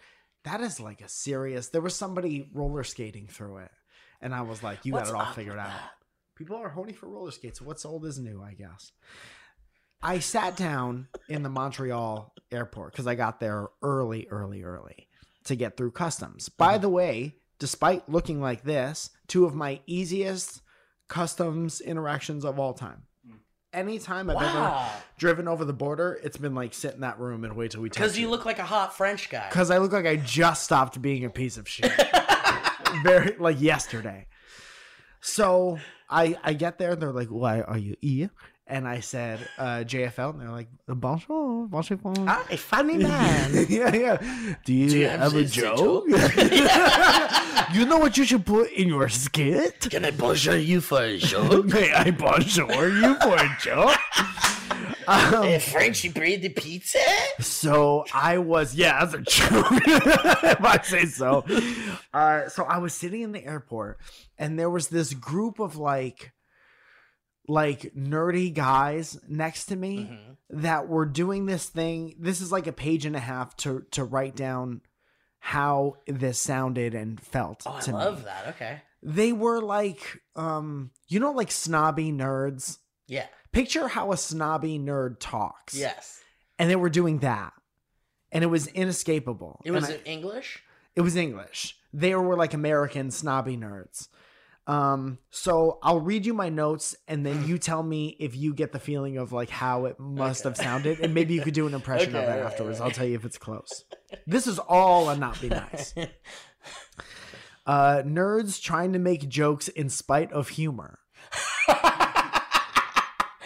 Speaker 4: That is like a serious. There was somebody roller skating through it, and I was like, "You
Speaker 2: What's
Speaker 4: got it all
Speaker 2: up
Speaker 4: figured
Speaker 2: with
Speaker 4: out."
Speaker 2: that?
Speaker 4: People are horny for roller skates. What's old is new, I guess. I sat down in the Montreal airport because I got there early, early, early to get through customs.
Speaker 2: Mm-hmm.
Speaker 4: By the way, despite looking like this, two of my easiest customs interactions of all time. Anytime I've ever
Speaker 2: Mm. Wow.
Speaker 4: driven over the border, it's been like sit in that room and wait till we touch
Speaker 2: Because you look like a hot French guy.
Speaker 4: because I look like I just stopped being a piece
Speaker 2: (laughs)
Speaker 4: of shit. Very like yesterday. So I I get there and they're like, "Why are you here?" And I said, uh, "JFL," and they're like, "Bonjour, bonjour."
Speaker 2: I'm Ah, a funny man.
Speaker 4: (laughs) yeah, yeah. Do you,
Speaker 2: have
Speaker 4: have a
Speaker 2: this
Speaker 4: joke? (laughs) you know what you should put in your skit?
Speaker 2: (laughs) Can I bonjour you for a
Speaker 4: (laughs)
Speaker 2: joke?
Speaker 4: May I bonjour you for a
Speaker 2: (laughs)
Speaker 4: joke? Um,
Speaker 2: A Eh, French bread the
Speaker 4: (laughs)
Speaker 2: pizza?
Speaker 4: So I was, yeah, that's a joke. (laughs) if I say so. Uh, so I was sitting in the airport, and there was this group of like, like nerdy guys next to me
Speaker 2: Mhm.
Speaker 4: that were doing this thing. This is like a page and a half to to write down how this sounded and felt
Speaker 2: Oh, I
Speaker 4: to
Speaker 2: love
Speaker 4: me.
Speaker 2: that. Okay.
Speaker 4: They were like, um, you know, like snobby nerds.
Speaker 2: Yeah.
Speaker 4: Picture how a snobby nerd talks
Speaker 2: Yes.
Speaker 4: and they were doing that and it was inescapable
Speaker 2: It was
Speaker 4: And I-
Speaker 2: in English?
Speaker 4: it was english they were like american snobby nerds um so i'll read you my notes and then you tell me if you get the feeling of like how it must have
Speaker 2: Okay.
Speaker 4: sounded and maybe you could do an impression
Speaker 2: Okay,
Speaker 4: of it
Speaker 2: alright,
Speaker 4: afterwards i'll
Speaker 2: alright.
Speaker 4: tell you if it's close this is all a not be nice
Speaker 2: (laughs)
Speaker 4: uh nerds trying to make jokes in spite of
Speaker 2: (laughs)
Speaker 4: humor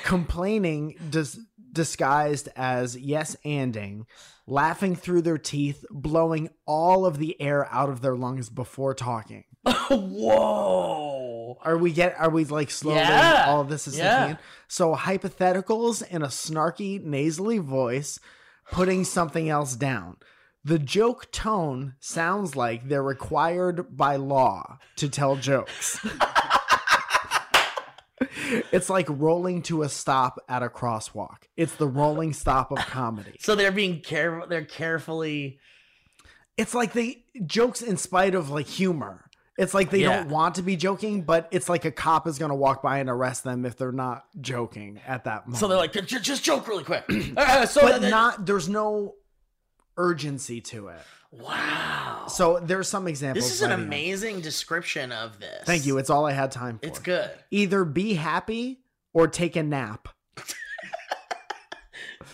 Speaker 4: complaining dis- disguised as yes anding, laughing through their teeth, blowing all of the air out of their lungs before talking.
Speaker 2: (laughs) Whoa.
Speaker 4: Are we get? Are we like slowly?
Speaker 2: Yeah.
Speaker 4: All this is
Speaker 2: Yeah.
Speaker 4: sinking in? So hypotheticals in a snarky, nasally voice, putting something else down. The joke tone sounds like they're required by law to tell jokes. (laughs) it's like rolling to a stop at a crosswalk. It's the rolling stop of comedy.
Speaker 2: So they're being careful. They're carefully.
Speaker 4: It's like they jokes in spite of like humor. It's like they don't
Speaker 2: Yeah.
Speaker 4: want to be joking, but it's like a cop is gonna walk by and arrest them if they're not joking at that moment.
Speaker 2: So they're like, "J- just joke really
Speaker 4: (clears throat)
Speaker 2: quick. Uh, so
Speaker 4: but
Speaker 2: that-
Speaker 4: not there's no urgency to it.
Speaker 2: Wow.
Speaker 4: So there's some examples.
Speaker 2: This is an
Speaker 4: later on.
Speaker 2: amazing description of this.
Speaker 4: Thank you. It's all I had time for.
Speaker 2: It's good.
Speaker 4: Either be happy or take a nap,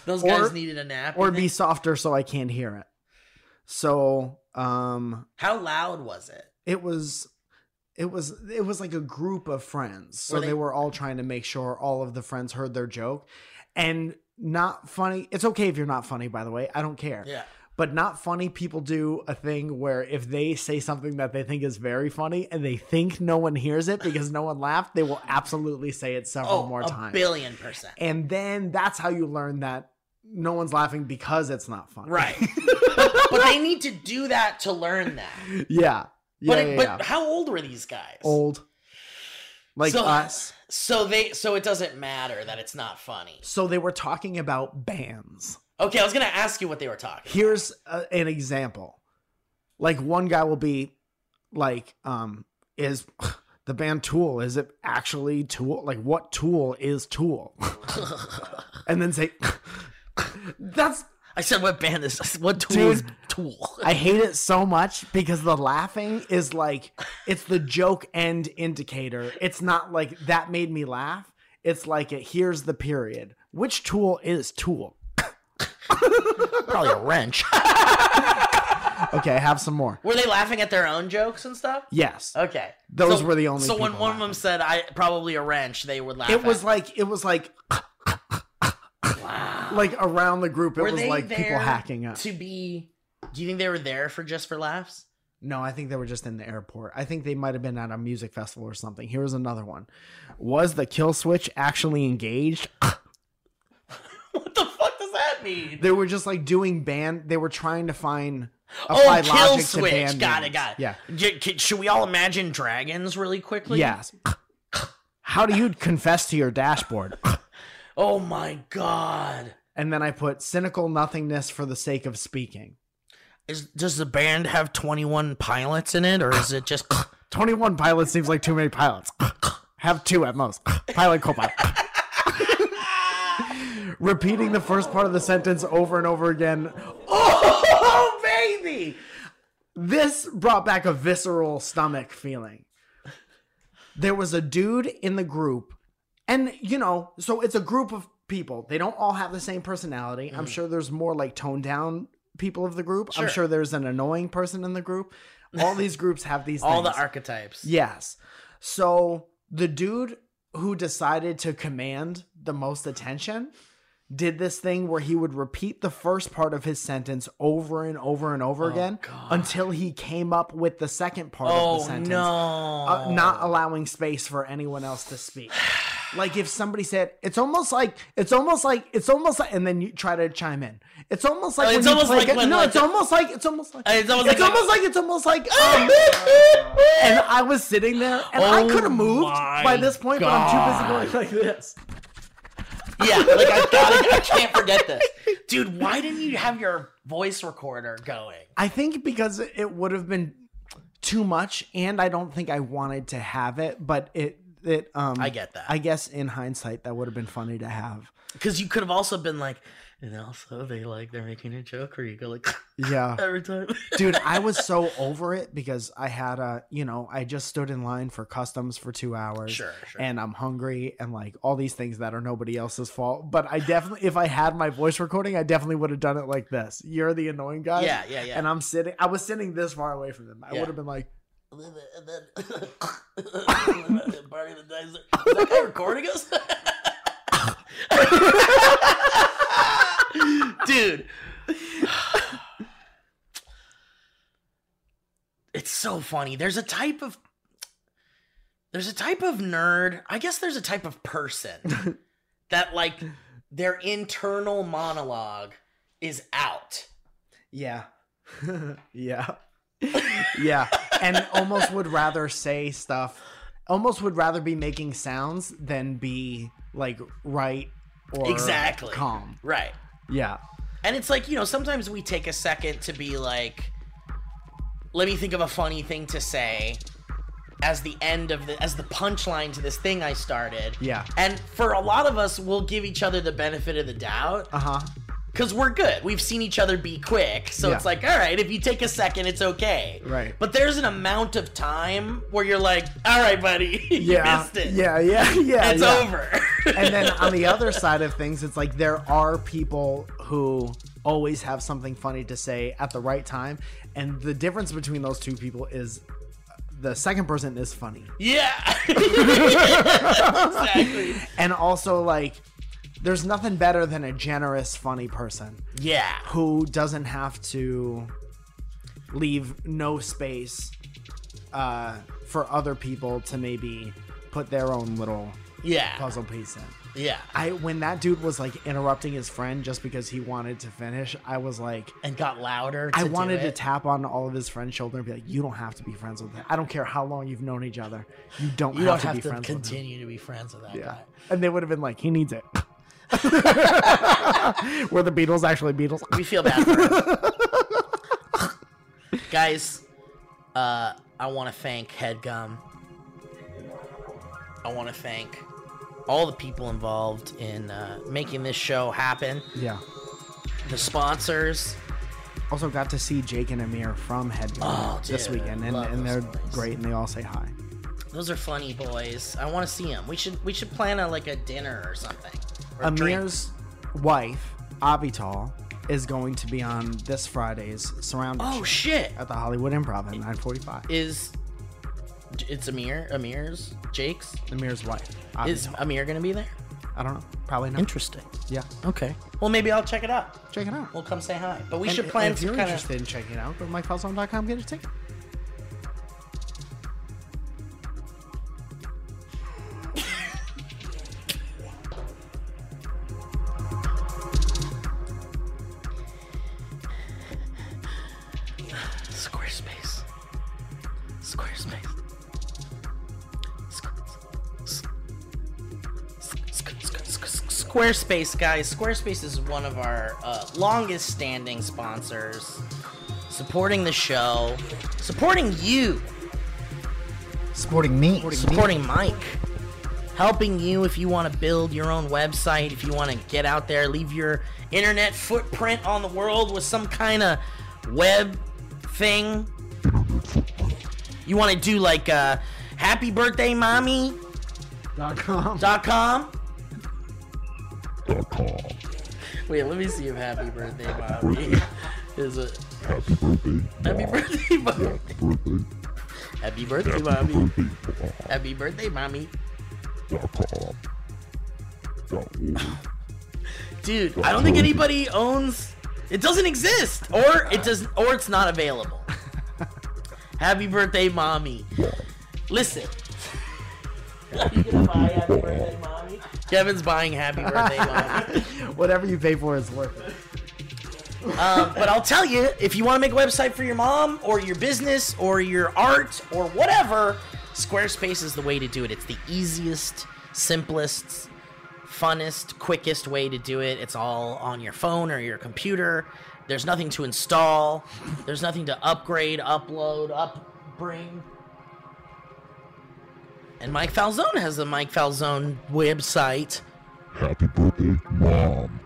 Speaker 2: Those
Speaker 4: Or-
Speaker 2: guys needed a nap.
Speaker 4: or
Speaker 2: you
Speaker 4: be
Speaker 2: think?
Speaker 4: softer so I can't hear it. So um,
Speaker 2: How loud was it?
Speaker 4: it was it was it was like a group of friends so
Speaker 2: Were
Speaker 4: they,
Speaker 2: they-
Speaker 4: were all trying to make sure all of the friends heard their joke and not funny it's okay if you're not funny by the way i don't care
Speaker 2: Yeah.
Speaker 4: but not funny people do a thing where if they say something that they think is very funny and they think no one hears it because no one laughed they will absolutely say it several
Speaker 2: oh,
Speaker 4: more
Speaker 2: a
Speaker 4: times
Speaker 2: billion percent.
Speaker 4: and then that's how you learn that no one's laughing because it's not
Speaker 2: (laughs)
Speaker 4: funny (laughs)
Speaker 2: Right. but, but they need to do that to learn that.
Speaker 4: yeah yeah,
Speaker 2: but, it-
Speaker 4: yeah,
Speaker 2: but
Speaker 4: yeah. Oh.
Speaker 2: how old were these guys?
Speaker 4: old like
Speaker 2: So-
Speaker 4: us
Speaker 2: So they so it doesn't matter that it's not funny.
Speaker 4: So they were talking about bands.
Speaker 2: Okay, I was gonna ask you what they were talking.
Speaker 4: Here's a, an example. Like one guy will be like um is (laughs) the band Tool, is it actually Tool? Like, what Tool is Tool? (laughs) and then say, (laughs) that's.
Speaker 2: I said, what band is what tool is
Speaker 4: Dude.
Speaker 2: Tool? (laughs)
Speaker 4: I hate it so much because the laughing is like, it's the joke end indicator. It's not like that made me laugh. It's like it here's the period. Which tool is tool?
Speaker 2: Probably a wrench.
Speaker 4: Okay, I have some more.
Speaker 2: (laughs) were they laughing at their own jokes and stuff?
Speaker 4: Yes.
Speaker 2: Okay,
Speaker 4: Those
Speaker 2: So-
Speaker 4: were the only
Speaker 2: So when
Speaker 4: people
Speaker 2: one of them said, "I probably a wrench," they would laugh.
Speaker 4: it was
Speaker 2: at.
Speaker 4: like it was like like around the group it
Speaker 2: Were
Speaker 4: was
Speaker 2: they
Speaker 4: like people
Speaker 2: there
Speaker 4: hacking up
Speaker 2: to be. Do you think they were there for just for laughs?
Speaker 4: no i think they were just in the airport i think they might have been at a music festival or something here's another one was the kill switch actually engaged
Speaker 2: (laughs) What the fuck does that mean?
Speaker 4: they were just like doing band they were trying to find
Speaker 2: oh,
Speaker 4: apply
Speaker 2: kill
Speaker 4: logic to
Speaker 2: switch.
Speaker 4: band
Speaker 2: Got it.
Speaker 4: names.
Speaker 2: Got it.
Speaker 4: yeah
Speaker 2: J- c- should we all imagine dragons really quickly?
Speaker 4: yes how do you confess to your dashboard
Speaker 2: Oh my god.
Speaker 4: and then i put cynical nothingness for the sake of speaking
Speaker 2: Is does the band have 21 pilots in it or is it just
Speaker 4: 21 pilots seems like too many pilots. (laughs) Have two at most. (laughs) Pilot, co pilot. Repeating the first part of the sentence over and over again.
Speaker 2: (laughs) Oh baby.
Speaker 4: This brought back a visceral stomach feeling. There was a dude in the group, and you know, so it's a group of people. They don't all have the same personality. I'm sure there's more like toned down people of the group.
Speaker 2: Mm-hmm. Sure.
Speaker 4: I'm sure there's an annoying person in the group. All these groups have these
Speaker 2: All the
Speaker 4: things.
Speaker 2: archetypes.
Speaker 4: Yes. So the dude who decided to command the most attention did this thing where he would repeat the first part of his sentence over and over and over again
Speaker 2: Oh, God.
Speaker 4: until he came up with the second part of the
Speaker 2: Oh
Speaker 4: sentence.
Speaker 2: no.
Speaker 4: uh, not allowing space for anyone else to speak. (sighs) Like if somebody said, "It's almost like it's almost like it's almost like," and then you try to chime in. It's almost like
Speaker 2: Oh,
Speaker 4: when
Speaker 2: it's
Speaker 4: you
Speaker 2: almost
Speaker 4: play
Speaker 2: like
Speaker 4: ga-
Speaker 2: when,
Speaker 4: no,
Speaker 2: like,
Speaker 4: it's almost like it's almost like
Speaker 2: Uh, it's almost
Speaker 4: it's
Speaker 2: like-
Speaker 4: almost like it's
Speaker 2: (laughs)
Speaker 4: almost like um, (laughs) and I was sitting there and I
Speaker 2: Oh
Speaker 4: could have moved
Speaker 2: my
Speaker 4: by this point, but I'm too busy going like this.
Speaker 2: (laughs) yeah, like I got I can't forget this. Dude, why didn't you have your voice recorder going?
Speaker 4: I think because it would have been too much, and I don't think I wanted to have it, but it it um
Speaker 2: I get that.
Speaker 4: I guess in hindsight that would have been funny to have.
Speaker 2: Cuz you could have also been like and also they like they're making a joke where you go like (laughs)
Speaker 4: Yeah.
Speaker 2: every time.
Speaker 4: Dude, I was so over it because I had a, you know, I just stood in line for customs for 2 hours.
Speaker 2: Sure, sure.
Speaker 4: And I'm hungry and like all these things that are nobody else's fault, but I definitely if I had my voice recording, I definitely would have done it like this. You're the annoying guy.
Speaker 2: yeah, yeah, yeah.
Speaker 4: And I'm sitting I was sitting this far away from them. I
Speaker 2: Yeah.
Speaker 4: would have been like
Speaker 2: and then (laughs) Barney the Dicer. Is that guy recording us? (laughs) Dude. It's so funny. There's a type of there's a type of nerd. I guess there's a type of (laughs) person that like their internal monologue is out.
Speaker 4: Yeah. (laughs) yeah. (laughs) yeah. And almost would rather say stuff, almost would rather be making sounds than be like right or
Speaker 2: Exactly.
Speaker 4: calm.
Speaker 2: Right.
Speaker 4: Yeah.
Speaker 2: And it's like, you know, sometimes we take a second to be like, let me think of a funny thing to say as the end of the as the punchline to this thing I started.
Speaker 4: Yeah.
Speaker 2: And for a lot of us, we'll give each other the benefit of the doubt
Speaker 4: Uh huh.
Speaker 2: because we're good. We've seen each other be quick. So
Speaker 4: Yeah.
Speaker 2: it's like, all right, if you take a second, it's okay.
Speaker 4: Right.
Speaker 2: But there's an amount of time where you're like, all right, buddy, (laughs) you
Speaker 4: Yeah.
Speaker 2: missed it.
Speaker 4: Yeah. Yeah. Yeah.
Speaker 2: (laughs) It's
Speaker 4: yeah.
Speaker 2: over.
Speaker 4: and then on the other side of things, it's like there are people who always have something funny to say at the right time. And the difference between those two people is the second person is funny. (laughs)
Speaker 2: yeah. exactly.
Speaker 4: And also, like, there's nothing better than a generous, funny person
Speaker 2: Yeah.
Speaker 4: who doesn't have to leave no space uh, for other people to maybe put their own little
Speaker 2: Yeah.
Speaker 4: puzzle piece in.
Speaker 2: Yeah.
Speaker 4: I when that dude was like interrupting his friend just because he wanted to finish, I was like,
Speaker 2: and got louder. To
Speaker 4: I
Speaker 2: do
Speaker 4: wanted to
Speaker 2: it.
Speaker 4: tap on all of his friend's shoulder and be like, "You don't have to be friends with him. I don't care how long you've known each other. You don't
Speaker 2: You
Speaker 4: have
Speaker 2: don't
Speaker 4: to
Speaker 2: have
Speaker 4: be
Speaker 2: to,
Speaker 4: friends with him."
Speaker 2: continue to be friends with that guy.
Speaker 4: And they would have been like, he needs it. (laughs) Were the Beatles actually Beatles? (laughs)
Speaker 2: We feel bad for
Speaker 4: (laughs)
Speaker 2: him. Guys, uh, I want to thank Headgum I want to thank all the people involved in uh, making this show happen,
Speaker 4: Yeah.
Speaker 2: the sponsors.
Speaker 4: Also got to see Jake and Amir from Headline
Speaker 2: Oh,
Speaker 4: this
Speaker 2: dude,
Speaker 4: weekend, and,
Speaker 2: love
Speaker 4: and they're
Speaker 2: those guys.
Speaker 4: great, and they all say hi.
Speaker 2: Those are funny boys. I want to see them. We should we should plan a like a dinner or something. Or a drink.
Speaker 4: Amir's wife, Abital, is going to be on this Friday's Surrounded
Speaker 2: Oh
Speaker 4: show
Speaker 2: shit!
Speaker 4: at the Hollywood Improv at 9:45.
Speaker 2: Is it's Amir? Amir's? Jake's?
Speaker 4: Amir's wife.
Speaker 2: Is
Speaker 4: Abital.
Speaker 2: Amir gonna be there?
Speaker 4: I don't know. Probably not.
Speaker 2: Interesting.
Speaker 4: Yeah.
Speaker 2: Okay. Well, maybe I'll check it out.
Speaker 4: Check it out.
Speaker 2: We'll come say hi. But we
Speaker 4: And-
Speaker 2: should
Speaker 4: and
Speaker 2: plan
Speaker 4: If
Speaker 2: some
Speaker 4: you're
Speaker 2: kind of.
Speaker 4: interested in checking it out, go to mikefalzone.com, get a ticket.
Speaker 2: Squarespace. Squarespace. Squ- s- s- squ- squ- squ- Squarespace, guys. Squarespace is one of our uh, longest standing sponsors, supporting the show, supporting you,
Speaker 4: Supporting me.
Speaker 2: supporting Mike, helping you if you want to build your own website, if you want to get out there, leave your internet footprint on the world with some kind of web thing. You want to do like uh, happy birthday mommy.com. Wait, let me see if happy birthday mommy is a
Speaker 7: Happy birthday.
Speaker 2: happy birthday mommy.
Speaker 7: Birthday.
Speaker 2: Happy birthday mommy. Happy
Speaker 7: Birthday.
Speaker 2: birthday mommy.
Speaker 7: Dot com. Dot org.
Speaker 2: dude i don't think anybody owns it doesn't exist or it does or it's not (laughs) available happy birthday mommy listen (laughs) Are you gonna buy Happy Birthday Mommy? Kevin's buying Happy Birthday (laughs) Mommy.
Speaker 4: Whatever you pay for is worth it. (laughs)
Speaker 2: Um, but I'll tell you, if you want to make a website for your mom or your business or your art or whatever, Squarespace is the way to do it. It's the easiest, simplest, funnest, quickest way to do it. It's all on your phone or your computer. There's nothing to install. There's nothing to upgrade, upload, upbring. And Mike Falzone has the Mike Falzone website.
Speaker 7: Happy birthday, mom.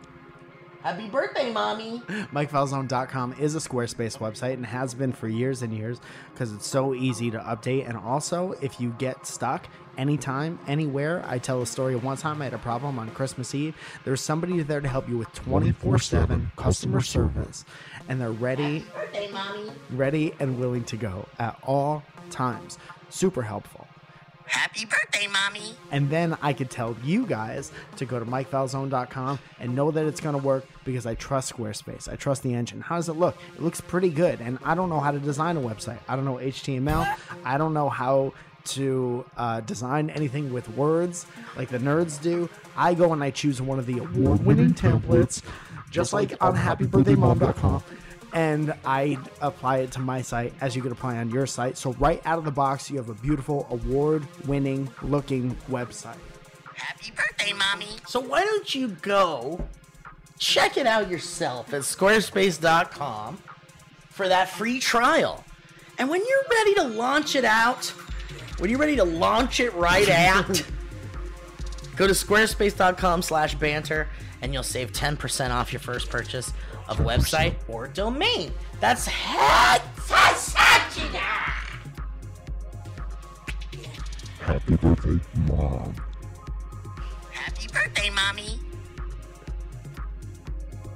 Speaker 2: Happy birthday, mommy.
Speaker 4: MikeFalzone.com is a Squarespace website and has been for years and years because it's so easy to update. And also, if you get stuck anytime, anywhere, I tell a story of one time I had a problem on Christmas Eve. There was somebody there to help you with 24 7 customer service, and they're ready,
Speaker 2: Birthday, mommy.
Speaker 4: ready, and willing to go at all times. Super helpful.
Speaker 2: Happy birthday, mommy.
Speaker 4: And then I could tell you guys to go to MikeValzone.com and know that it's going to work because I trust Squarespace. I trust the engine. How does it look? It looks pretty good. And I don't know how to design a website. I don't know HTML. I don't know how to uh, design anything with words like the nerds do. I go and I choose one of the award winning templates, just like on happybirthdayMom.com and I apply it to my site as you could apply on your site. So right out of the box, you have a beautiful award-winning looking website.
Speaker 2: Happy birthday, mommy. So why don't you go check it out yourself at squarespace.com for that free trial. And when you're ready to launch it out, when you're ready to launch it right out, go to squarespace.com slash banter and you'll save 10% off your first purchase of a website or domain. That's head
Speaker 7: Happy birthday, mom.
Speaker 2: Happy birthday, mommy.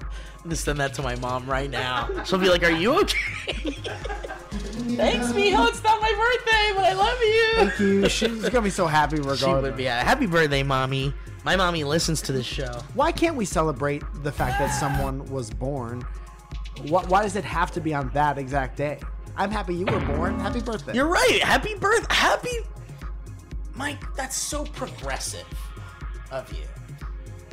Speaker 2: I'm gonna send that to my mom right now. She'll be like, Are you okay? (laughs) Thanks, Mijo. It's not my birthday, but I love you. (laughs)
Speaker 4: Thank you. She's gonna be so happy regardless.
Speaker 2: She would be. uh, Happy birthday, mommy. My mommy listens to this show.
Speaker 4: Why can't we celebrate the fact that someone was born? Why, why does it have to be on that exact day? I'm happy you were born. Happy birthday.
Speaker 2: You're right. Happy birth. Happy. Mike, that's so progressive of you.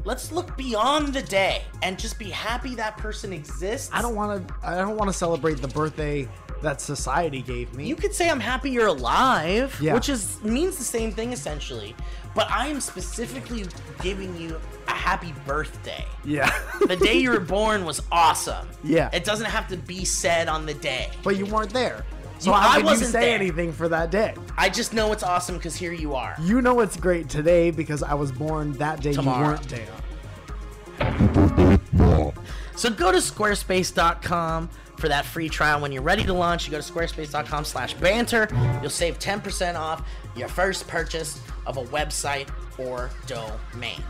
Speaker 2: Let's look beyond the day and just be happy that person exists.
Speaker 4: I don't want to. I don't want to celebrate the birthday that society gave me.
Speaker 2: You could say I'm happy you're alive,
Speaker 4: Yeah.
Speaker 2: which is means the same thing essentially. But I am specifically giving you a happy birthday. (laughs)
Speaker 4: yeah.
Speaker 2: The day you were born was awesome.
Speaker 4: Yeah.
Speaker 2: It doesn't have to be said on the day.
Speaker 4: but you weren't there. So
Speaker 2: You-
Speaker 4: how
Speaker 2: I
Speaker 4: can you
Speaker 2: wasn't
Speaker 4: say
Speaker 2: there.
Speaker 4: anything for that day?
Speaker 2: I just know it's awesome because here you are.
Speaker 4: You know it's great today because I was born that day you
Speaker 2: Tomorrow.
Speaker 4: weren't day on.
Speaker 7: Happy birthday, Mom.
Speaker 2: So go to squarespace.com for that free trial. When you're ready to launch, you go to squarespace.com slash banter. You'll save 10% off your first purchase of a website or domain.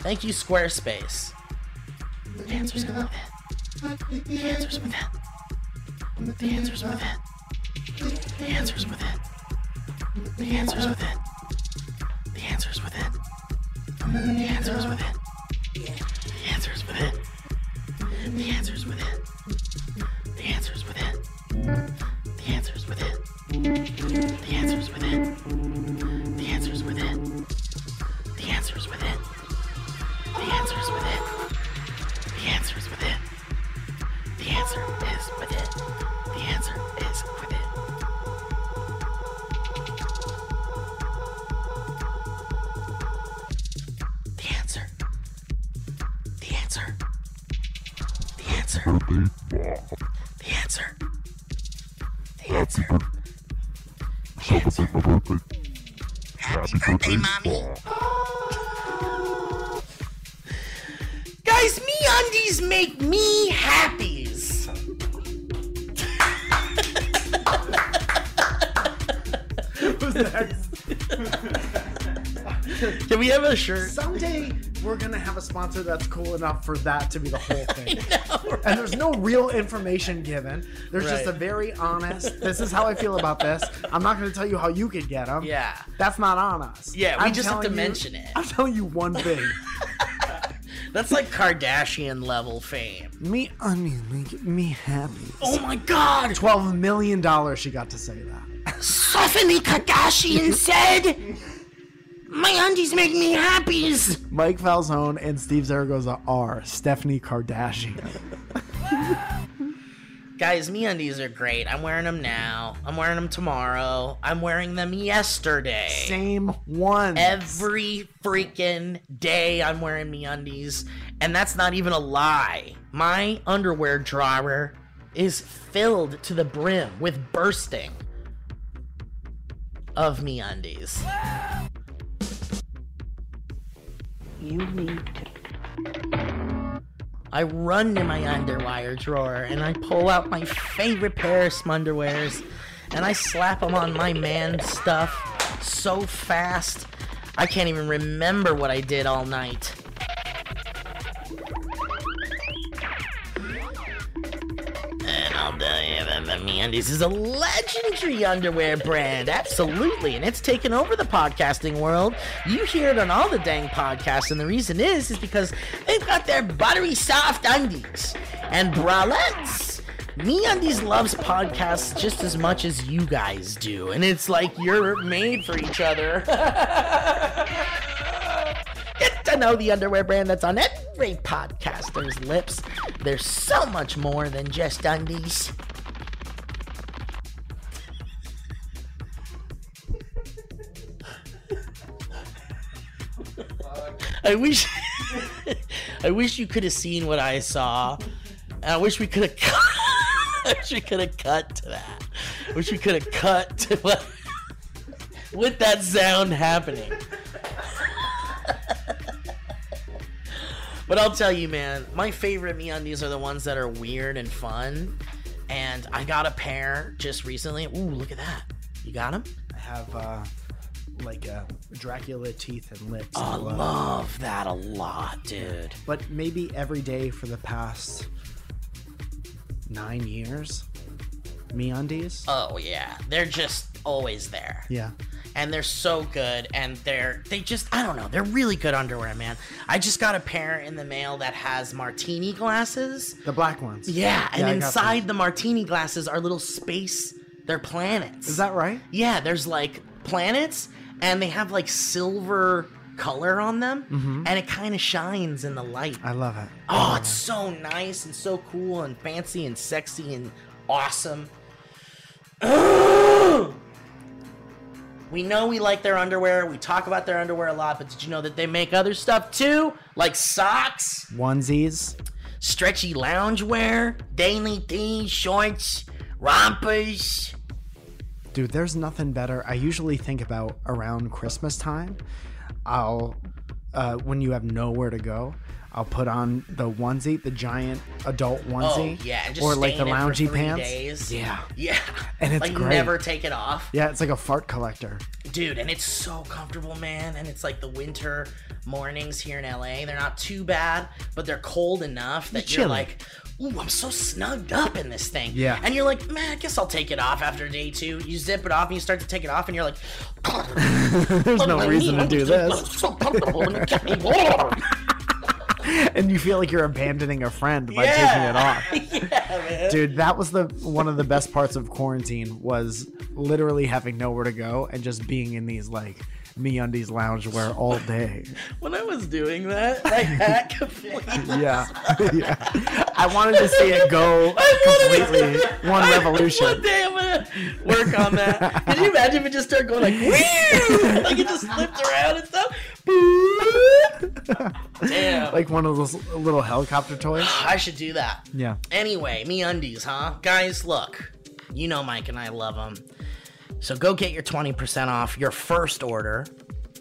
Speaker 2: Thank you, Squarespace. The answer's in the end. The answer's within. The answer's within. The answer's within. The answer's within. The answer's within. The answer's within. The answer is within. The answer is within. The answer is within. The answer is within. The answer is within. The answer is within. The answer is within. The answer is within. The answer is within. The answer is within. The answer is within. The answer. The answer. The answer.
Speaker 7: Birthday, Mom.
Speaker 2: The answer. The
Speaker 7: Happy
Speaker 2: answer.
Speaker 7: birthday. Celebrate my birthday.
Speaker 2: Happy
Speaker 7: Happy birthday, Mom.
Speaker 2: Guys, me undies make me happies. Can we have a shirt?
Speaker 4: (laughs) Someday we're gonna have a sponsor that's cool enough for that to be the whole
Speaker 2: (laughs)
Speaker 4: thing. And there's no real information given. There's just a
Speaker 2: Right.
Speaker 4: very honest. This is how I feel about this. I'm not gonna tell you how you could get them.
Speaker 2: Yeah.
Speaker 4: That's not on us.
Speaker 2: Yeah, we
Speaker 4: I'm
Speaker 2: just have
Speaker 4: telling
Speaker 2: to
Speaker 4: you-
Speaker 2: mention it.
Speaker 4: I'm telling you
Speaker 2: (laughs)
Speaker 4: one thing.
Speaker 2: That's like Kardashian level fame.
Speaker 4: me, I mean, make me happy.
Speaker 2: Oh my god!
Speaker 4: Twelve million dollars. She got to say that.
Speaker 2: Stephanie Kardashian said, My undies make me happies.
Speaker 4: Mike Falzone and Steve Zaragoza are Stephanie Kardashian.
Speaker 2: Guys, me undies are great. I'm wearing them now. I'm wearing them tomorrow. I'm wearing them yesterday.
Speaker 4: Same one.
Speaker 2: Every freaking day I'm wearing me undies. And that's not even a lie. My underwear drawer is filled to the brim with bursting of me undies.
Speaker 8: You need to
Speaker 2: I run to my underwire drawer and I pull out my favorite pair of smunderwares and I slap them on my man stuff so fast I can't even remember what I did all night. And I'll tell you that the Meandies is a legendary underwear brand, absolutely, and it's taken over the podcasting world. You hear it on all the dang podcasts, and the reason is, is because they've got their buttery soft undies and bralettes. MeUndies loves podcasts just as much as you guys do, and it's like you're made for each other. (laughs) Get to know the underwear brand that's on every podcaster's lips. There's so much more than just undies. I wish (laughs) I wish you could have seen what I saw. And I wish we could have cut (laughs) I wish we could have cut to that. I wish we could have cut to what (laughs) with that sound happening. But I'll tell you, man, my favorite MeUndies are the ones that are weird and fun. And I got a pair just recently. Ooh, look at that. You got them?
Speaker 4: I have uh, like a Dracula teeth and lips.
Speaker 2: Oh, I
Speaker 4: and glow.
Speaker 2: love that a lot, dude.
Speaker 4: but maybe every day for the past nine years, me undies.
Speaker 2: Oh yeah, they're just always there.
Speaker 4: yeah,
Speaker 2: and they're so good and they're they just i don't know they're really good underwear man i just got a pair in the mail that has martini glasses
Speaker 4: the black ones.
Speaker 2: yeah and
Speaker 4: I got
Speaker 2: inside the martini glasses are little space they're planets
Speaker 4: Is that right?
Speaker 2: yeah there's like planets and they have like silver color on them and it kind of shines in the light
Speaker 4: Mm-hmm. I love it.
Speaker 2: Oh, it's so nice and so cool and fancy and sexy and awesome. (gasps) we know we like their underwear. We talk about their underwear a lot, but did you know that they make other stuff too? Like socks,
Speaker 4: Onesies.
Speaker 2: stretchy loungewear, daily tees, shorts, rompers.
Speaker 4: Dude, there's nothing better. I usually think about around Christmas time. I'll, uh, when you have nowhere to go, I'll put on the onesie, the giant adult onesie,
Speaker 2: Oh, yeah, and just
Speaker 4: or like
Speaker 2: stay
Speaker 4: the
Speaker 2: in it for three
Speaker 4: loungy pants.
Speaker 2: days.
Speaker 4: Yeah,
Speaker 2: Yeah,
Speaker 4: And it's
Speaker 2: like
Speaker 4: great.
Speaker 2: never take it off.
Speaker 4: yeah, it's like a fart collector. (laughs)
Speaker 2: dude and it's so comfortable man and it's like the winter mornings here in la they're not too bad but they're cold enough that
Speaker 4: It's
Speaker 2: you're
Speaker 4: chilly.
Speaker 2: like ooh i'm so snugged up in this thing
Speaker 4: Yeah.
Speaker 2: and you're like man i guess i'll take it off after day two you zip it off and you start to take it off and you're like
Speaker 4: There's (laughs) no reason to do this,
Speaker 2: so comfortable when you get me warm (laughs)
Speaker 4: and you feel like you're abandoning a friend by
Speaker 2: Yeah.
Speaker 4: taking
Speaker 2: (laughs)
Speaker 4: it off.
Speaker 2: yeah man
Speaker 4: Dude, that was the one of the best parts of quarantine was literally having nowhere to go and just being in these like me undies loungewear all day.
Speaker 2: when i was doing that like that (laughs) completely (laughs)
Speaker 4: Yeah. (laughs) yeah. I wanted to see it go
Speaker 2: wanted to- (laughs)
Speaker 4: completely one
Speaker 2: One
Speaker 4: revolution.
Speaker 2: day I'm gonna work on
Speaker 4: (laughs)
Speaker 2: that. Can you imagine if it just started going like, "Whew!" like it just flipped around and stuff? Damn.
Speaker 4: Like one of those little helicopter toys.
Speaker 2: I should do that.
Speaker 4: Yeah.
Speaker 2: Anyway, me undies, huh? Guys, look, you know Mike and I love them. So go get your 20% off your first order,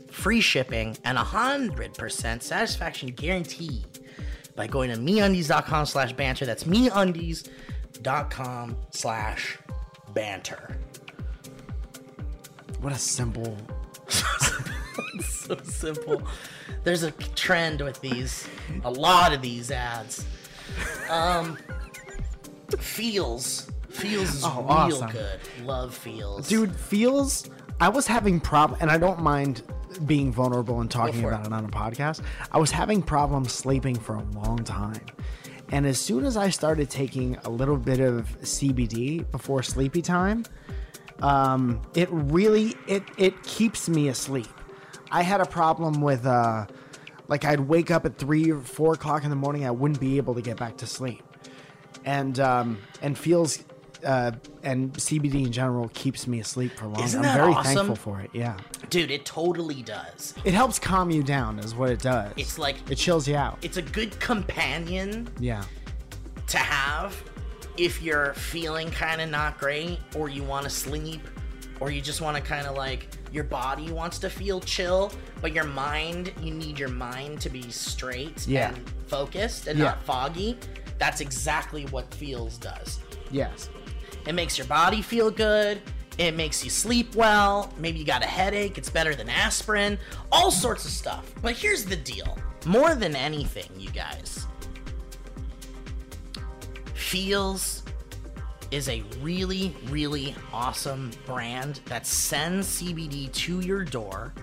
Speaker 2: free shipping, and 100% satisfaction guarantee by going to meundies.com slash banter. That's meundies.com slash banter.
Speaker 4: What a simple
Speaker 2: (laughs) so simple. There's a trend with these, a lot of these ads. Um, feels, feels is
Speaker 4: Oh,
Speaker 2: real
Speaker 4: awesome.
Speaker 2: good. Love feels,
Speaker 4: dude feels i was having problem and i don't mind being vulnerable and talking
Speaker 2: for
Speaker 4: about it. on a podcast i was having problems sleeping for a long time and as soon as i started taking a little bit of cbd before sleepy time um, it really it it keeps me asleep i had a problem with uh like i'd wake up at three or four o'clock in the morning i wouldn't be able to get back to sleep and um, and feels uh, and CBD in general keps me asleep for long.
Speaker 2: Isn't
Speaker 4: I'm
Speaker 2: that
Speaker 4: very
Speaker 2: awesome?
Speaker 4: thankful for it. Yeah,
Speaker 2: Dude, it totally does.
Speaker 4: it helps calm you down, is what it does.
Speaker 2: It's like
Speaker 4: it chills you out.
Speaker 2: it's a good companion
Speaker 4: yeah,
Speaker 2: to have if you're feeling kind of not great, or you want to sleep, or you just want to kind of like your body wants to feel chill, but your mind, you need your mind to be straight
Speaker 4: Yeah.
Speaker 2: and focused and
Speaker 4: Yeah.
Speaker 2: not foggy. That's exactly what feels does.
Speaker 4: yes,
Speaker 2: It makes your body feel good. It makes you sleep well. Maybe you got a headache. It's better than aspirin. All sorts of stuff. But here's the deal more than anything, you guys, Feels is a really, really awesome brand that sends CBD to your door.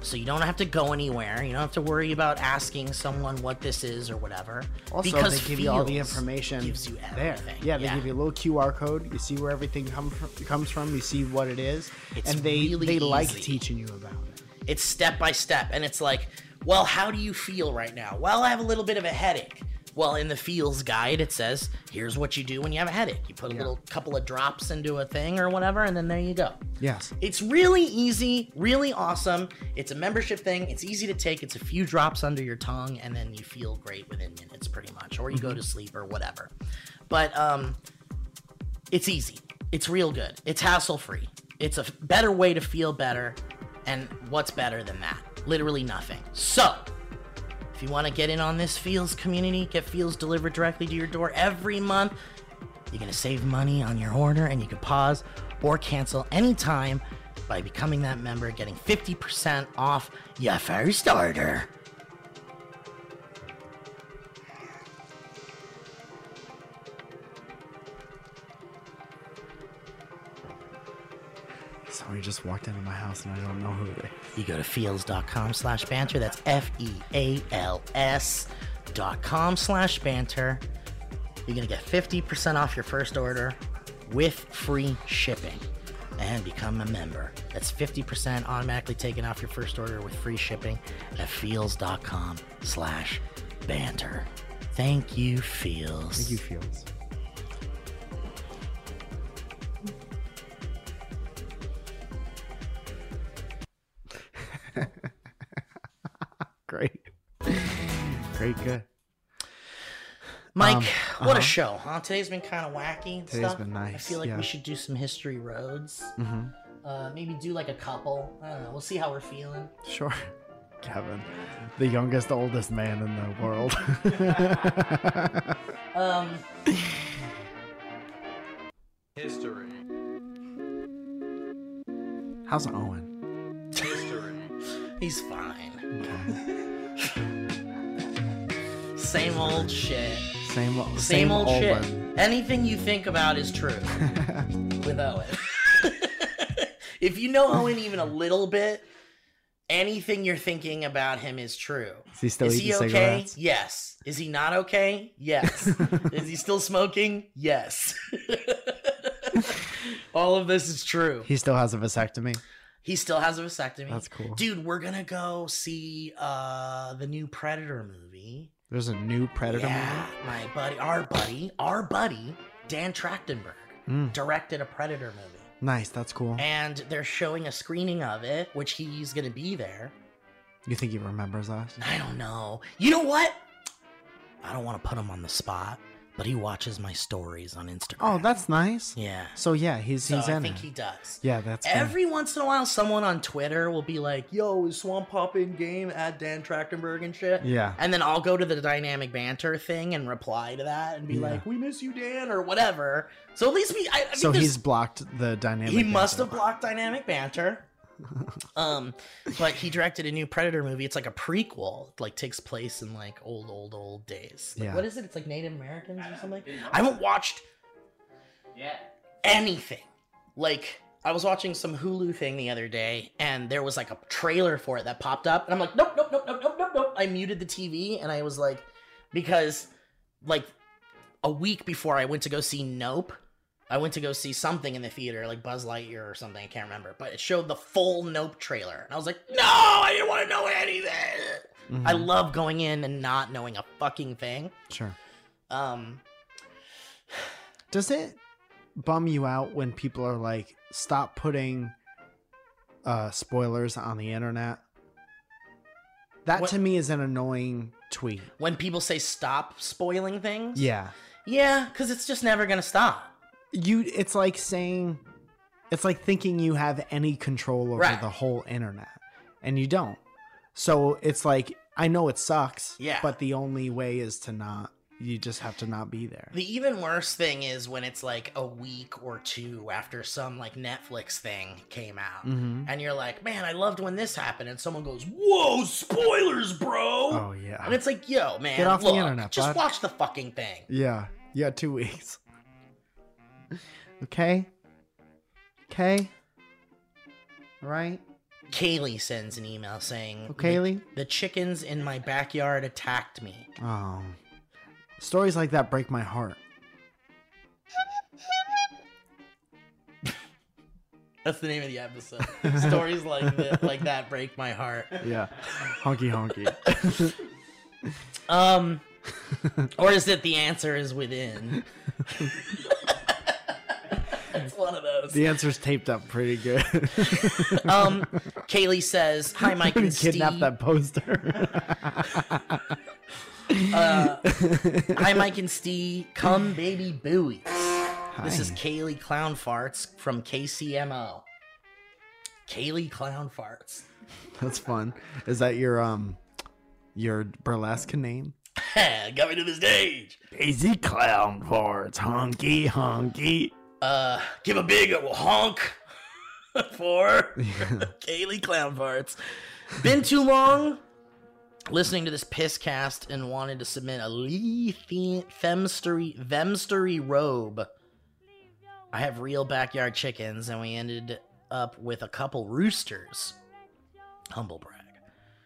Speaker 2: So you don't have to go anywhere. You don't have to worry about asking someone what this is or whatever.
Speaker 4: Also, they give you all the
Speaker 2: Feels
Speaker 4: information
Speaker 2: Gives you
Speaker 4: there.
Speaker 2: everything.
Speaker 4: Yeah, they give you a little QR code. You see where everything come from, comes from. You see what it is,
Speaker 2: It's
Speaker 4: and they
Speaker 2: really
Speaker 4: they like
Speaker 2: easy.
Speaker 4: teaching you about it.
Speaker 2: It's step by step, and it's like, well, how do you feel right now? Well, I have a little bit of a headache. Well, in the feels guide, it says, here's what you do when you have a headache. You put a little couple of drops into a thing or whatever, and then there you go.
Speaker 4: Yes,
Speaker 2: It's really easy, really awesome. It's a membership thing. It's easy to take. It's a few drops under your tongue, and then you feel great within minutes, pretty much, or you go to sleep or whatever. But um, it's easy. It's real good. It's hassle free. It's a f- better way to feel better. And what's better than that? Literally nothing. So, if you want to get in on this Feels community, get Feels delivered directly to your door every month. You're going to save money on your order and you can pause or cancel anytime by becoming that member, getting 50% off your first order.
Speaker 4: somebody just walked into my house and I don't know who they.
Speaker 2: You go to feels.com slash banter. That's F E A L S dot com slash banter. You're going to get 50% off your first order with free shipping and become a member. That's 50% automatically taken off your first order with free shipping at feels.com slash banter. Thank you, Feels.
Speaker 4: Thank you, Fields. (laughs) Great. Great, good.
Speaker 2: Mike, What a show, huh? Today's been kind of wacky. And
Speaker 4: Um, uh-huh. Today's
Speaker 2: stuff.
Speaker 4: been
Speaker 2: I
Speaker 4: nice,
Speaker 2: feel like
Speaker 4: yeah.
Speaker 2: we should do some history roads.
Speaker 4: Mhm.
Speaker 2: Uh, maybe do like a couple. I don't know. We'll see how we're feeling.
Speaker 4: Sure. (laughs) Kevin, the youngest, oldest man in the world.
Speaker 2: (laughs) Um,
Speaker 9: History.
Speaker 4: How's Owen?
Speaker 2: he's fine. (laughs) Same old shit.
Speaker 4: Same, same,
Speaker 2: Same, old shit.
Speaker 4: Owen.
Speaker 2: Anything you think about is
Speaker 4: (laughs)
Speaker 2: true with Owen. (laughs) if you know Owen even a little bit, anything you're thinking about him is true.
Speaker 4: Is he still
Speaker 2: is
Speaker 4: eating
Speaker 2: he okay?
Speaker 4: cigarettes?
Speaker 2: Yes. Is he not okay?
Speaker 4: (laughs)
Speaker 2: Yes. is he still smoking? Yes. (laughs) All of this is true.
Speaker 4: He still has a vasectomy.
Speaker 2: He still has a vasectomy.
Speaker 4: That's cool.
Speaker 2: Dude, we're gonna go see uh the new Predator movie.
Speaker 4: There's a new Predator
Speaker 2: yeah, my buddy, our buddy, our buddy, Dan Trachtenberg
Speaker 4: movie. Mm,
Speaker 2: directed a Predator movie,
Speaker 4: nice, that's cool.
Speaker 2: and they're showing a screening of it, which he's gonna be there.
Speaker 4: You think he remembers us?
Speaker 2: I don't know. You know what? I don't want to put him on the spot, but he watches my stories on Instagram.
Speaker 4: Oh, that's nice.
Speaker 2: yeah.
Speaker 4: So yeah, he's
Speaker 2: So
Speaker 4: he's
Speaker 2: I
Speaker 4: in
Speaker 2: think
Speaker 4: it.
Speaker 2: he does.
Speaker 4: Yeah, that's good.
Speaker 2: Every once in a while, someone on Twitter will be like, "Yo, is Swamp Pop in game?" At Dan Trachtenberg and shit.
Speaker 4: Yeah.
Speaker 2: And then I'll go to the dynamic banter thing and reply to that and be
Speaker 4: Yeah.
Speaker 2: like, "We miss you, Dan," or whatever. So at least we. I, I think
Speaker 4: So
Speaker 2: there's-
Speaker 4: he's blocked the dynamic.
Speaker 2: he must have
Speaker 4: answer.
Speaker 2: blocked dynamic banter. um, but he directed a new Predator movie. It's like a prequel. It, like takes place in like old, old, old days. Like,
Speaker 4: Yeah.
Speaker 2: What is it? It's like Native Americans or something. I haven't watched anything. Like I was watching some Hulu thing the other day, and there was like a trailer for it that popped up, and I'm like, nope, nope, nope, nope, nope, nope, nope. I muted the TV, and I was like, because like a week before I went to go see Nope, I went to go see something in the theater, like Buzz Lightyear or something. I can't remember, but it showed the full Nope trailer, and I was like, no, I didn't want to know anything.
Speaker 4: Mhm.
Speaker 2: I love going in and not knowing a fucking thing.
Speaker 4: Sure.
Speaker 2: Um,
Speaker 4: Does it bum you out when people are like, stop putting uh, spoilers on the internet? That
Speaker 2: What-
Speaker 4: to me is an annoying tweet.
Speaker 2: when people say stop spoiling things,
Speaker 4: Yeah.
Speaker 2: yeah, because it's just never gonna stop.
Speaker 4: You it's like saying it's like thinking you have any control over
Speaker 2: Right.
Speaker 4: the whole internet and you don't. So it's like I know it sucks,
Speaker 2: Yeah.
Speaker 4: but the only way is to not you just have to not be there.
Speaker 2: The even worse thing is when it's like a week or two after some like Netflix thing came out.
Speaker 4: hmm
Speaker 2: And you're like, man, I loved when this happened. And someone goes, whoa, spoilers, bro.
Speaker 4: Oh
Speaker 2: And
Speaker 4: yeah.
Speaker 2: it's like, yo, man,
Speaker 4: Get off the
Speaker 2: look,
Speaker 4: internet,
Speaker 2: just
Speaker 4: bud."
Speaker 2: watch the fucking thing.
Speaker 4: Yeah. Yeah, 2 weeks. okay. Okay. All right.
Speaker 2: Kaylee sends an email saying,
Speaker 4: Oh,
Speaker 2: "The-
Speaker 4: Kaylee?
Speaker 2: the chickens in my backyard attacked me.
Speaker 4: Oh. Stories like that break my heart.
Speaker 2: That's the name of the episode.
Speaker 4: (laughs)
Speaker 2: Stories like that, like that break my heart.
Speaker 4: Yeah. (laughs) Honky honky.
Speaker 2: Um, or is it the answer is within? it's one of those.
Speaker 4: The answer's taped up pretty good.
Speaker 2: Um, Kaylee says,
Speaker 4: (laughs)
Speaker 2: "Hi, Mike
Speaker 4: Somebody
Speaker 2: and Steve.
Speaker 4: kidnapped that poster.
Speaker 2: Uh, (laughs) Hi, Mike and Steve. Come, baby, buoys. This is
Speaker 4: Hi.
Speaker 2: Kaylee Clown Farts from KCMO. Kaylee Clown Farts. (laughs)
Speaker 4: That's fun. Is that your um your burlesque name?
Speaker 2: Got me to the stage.
Speaker 4: Daisy Clown Farts Honky Honky.
Speaker 2: Uh, give a big honk (laughs) for (laughs) Kaylee Clown Farts. Been too long listening to this piss cast and wanted to submit a Lee Fe- Femstery, Vemstery robe. I have real backyard chickens, and we ended up with a couple roosters. Humble brag.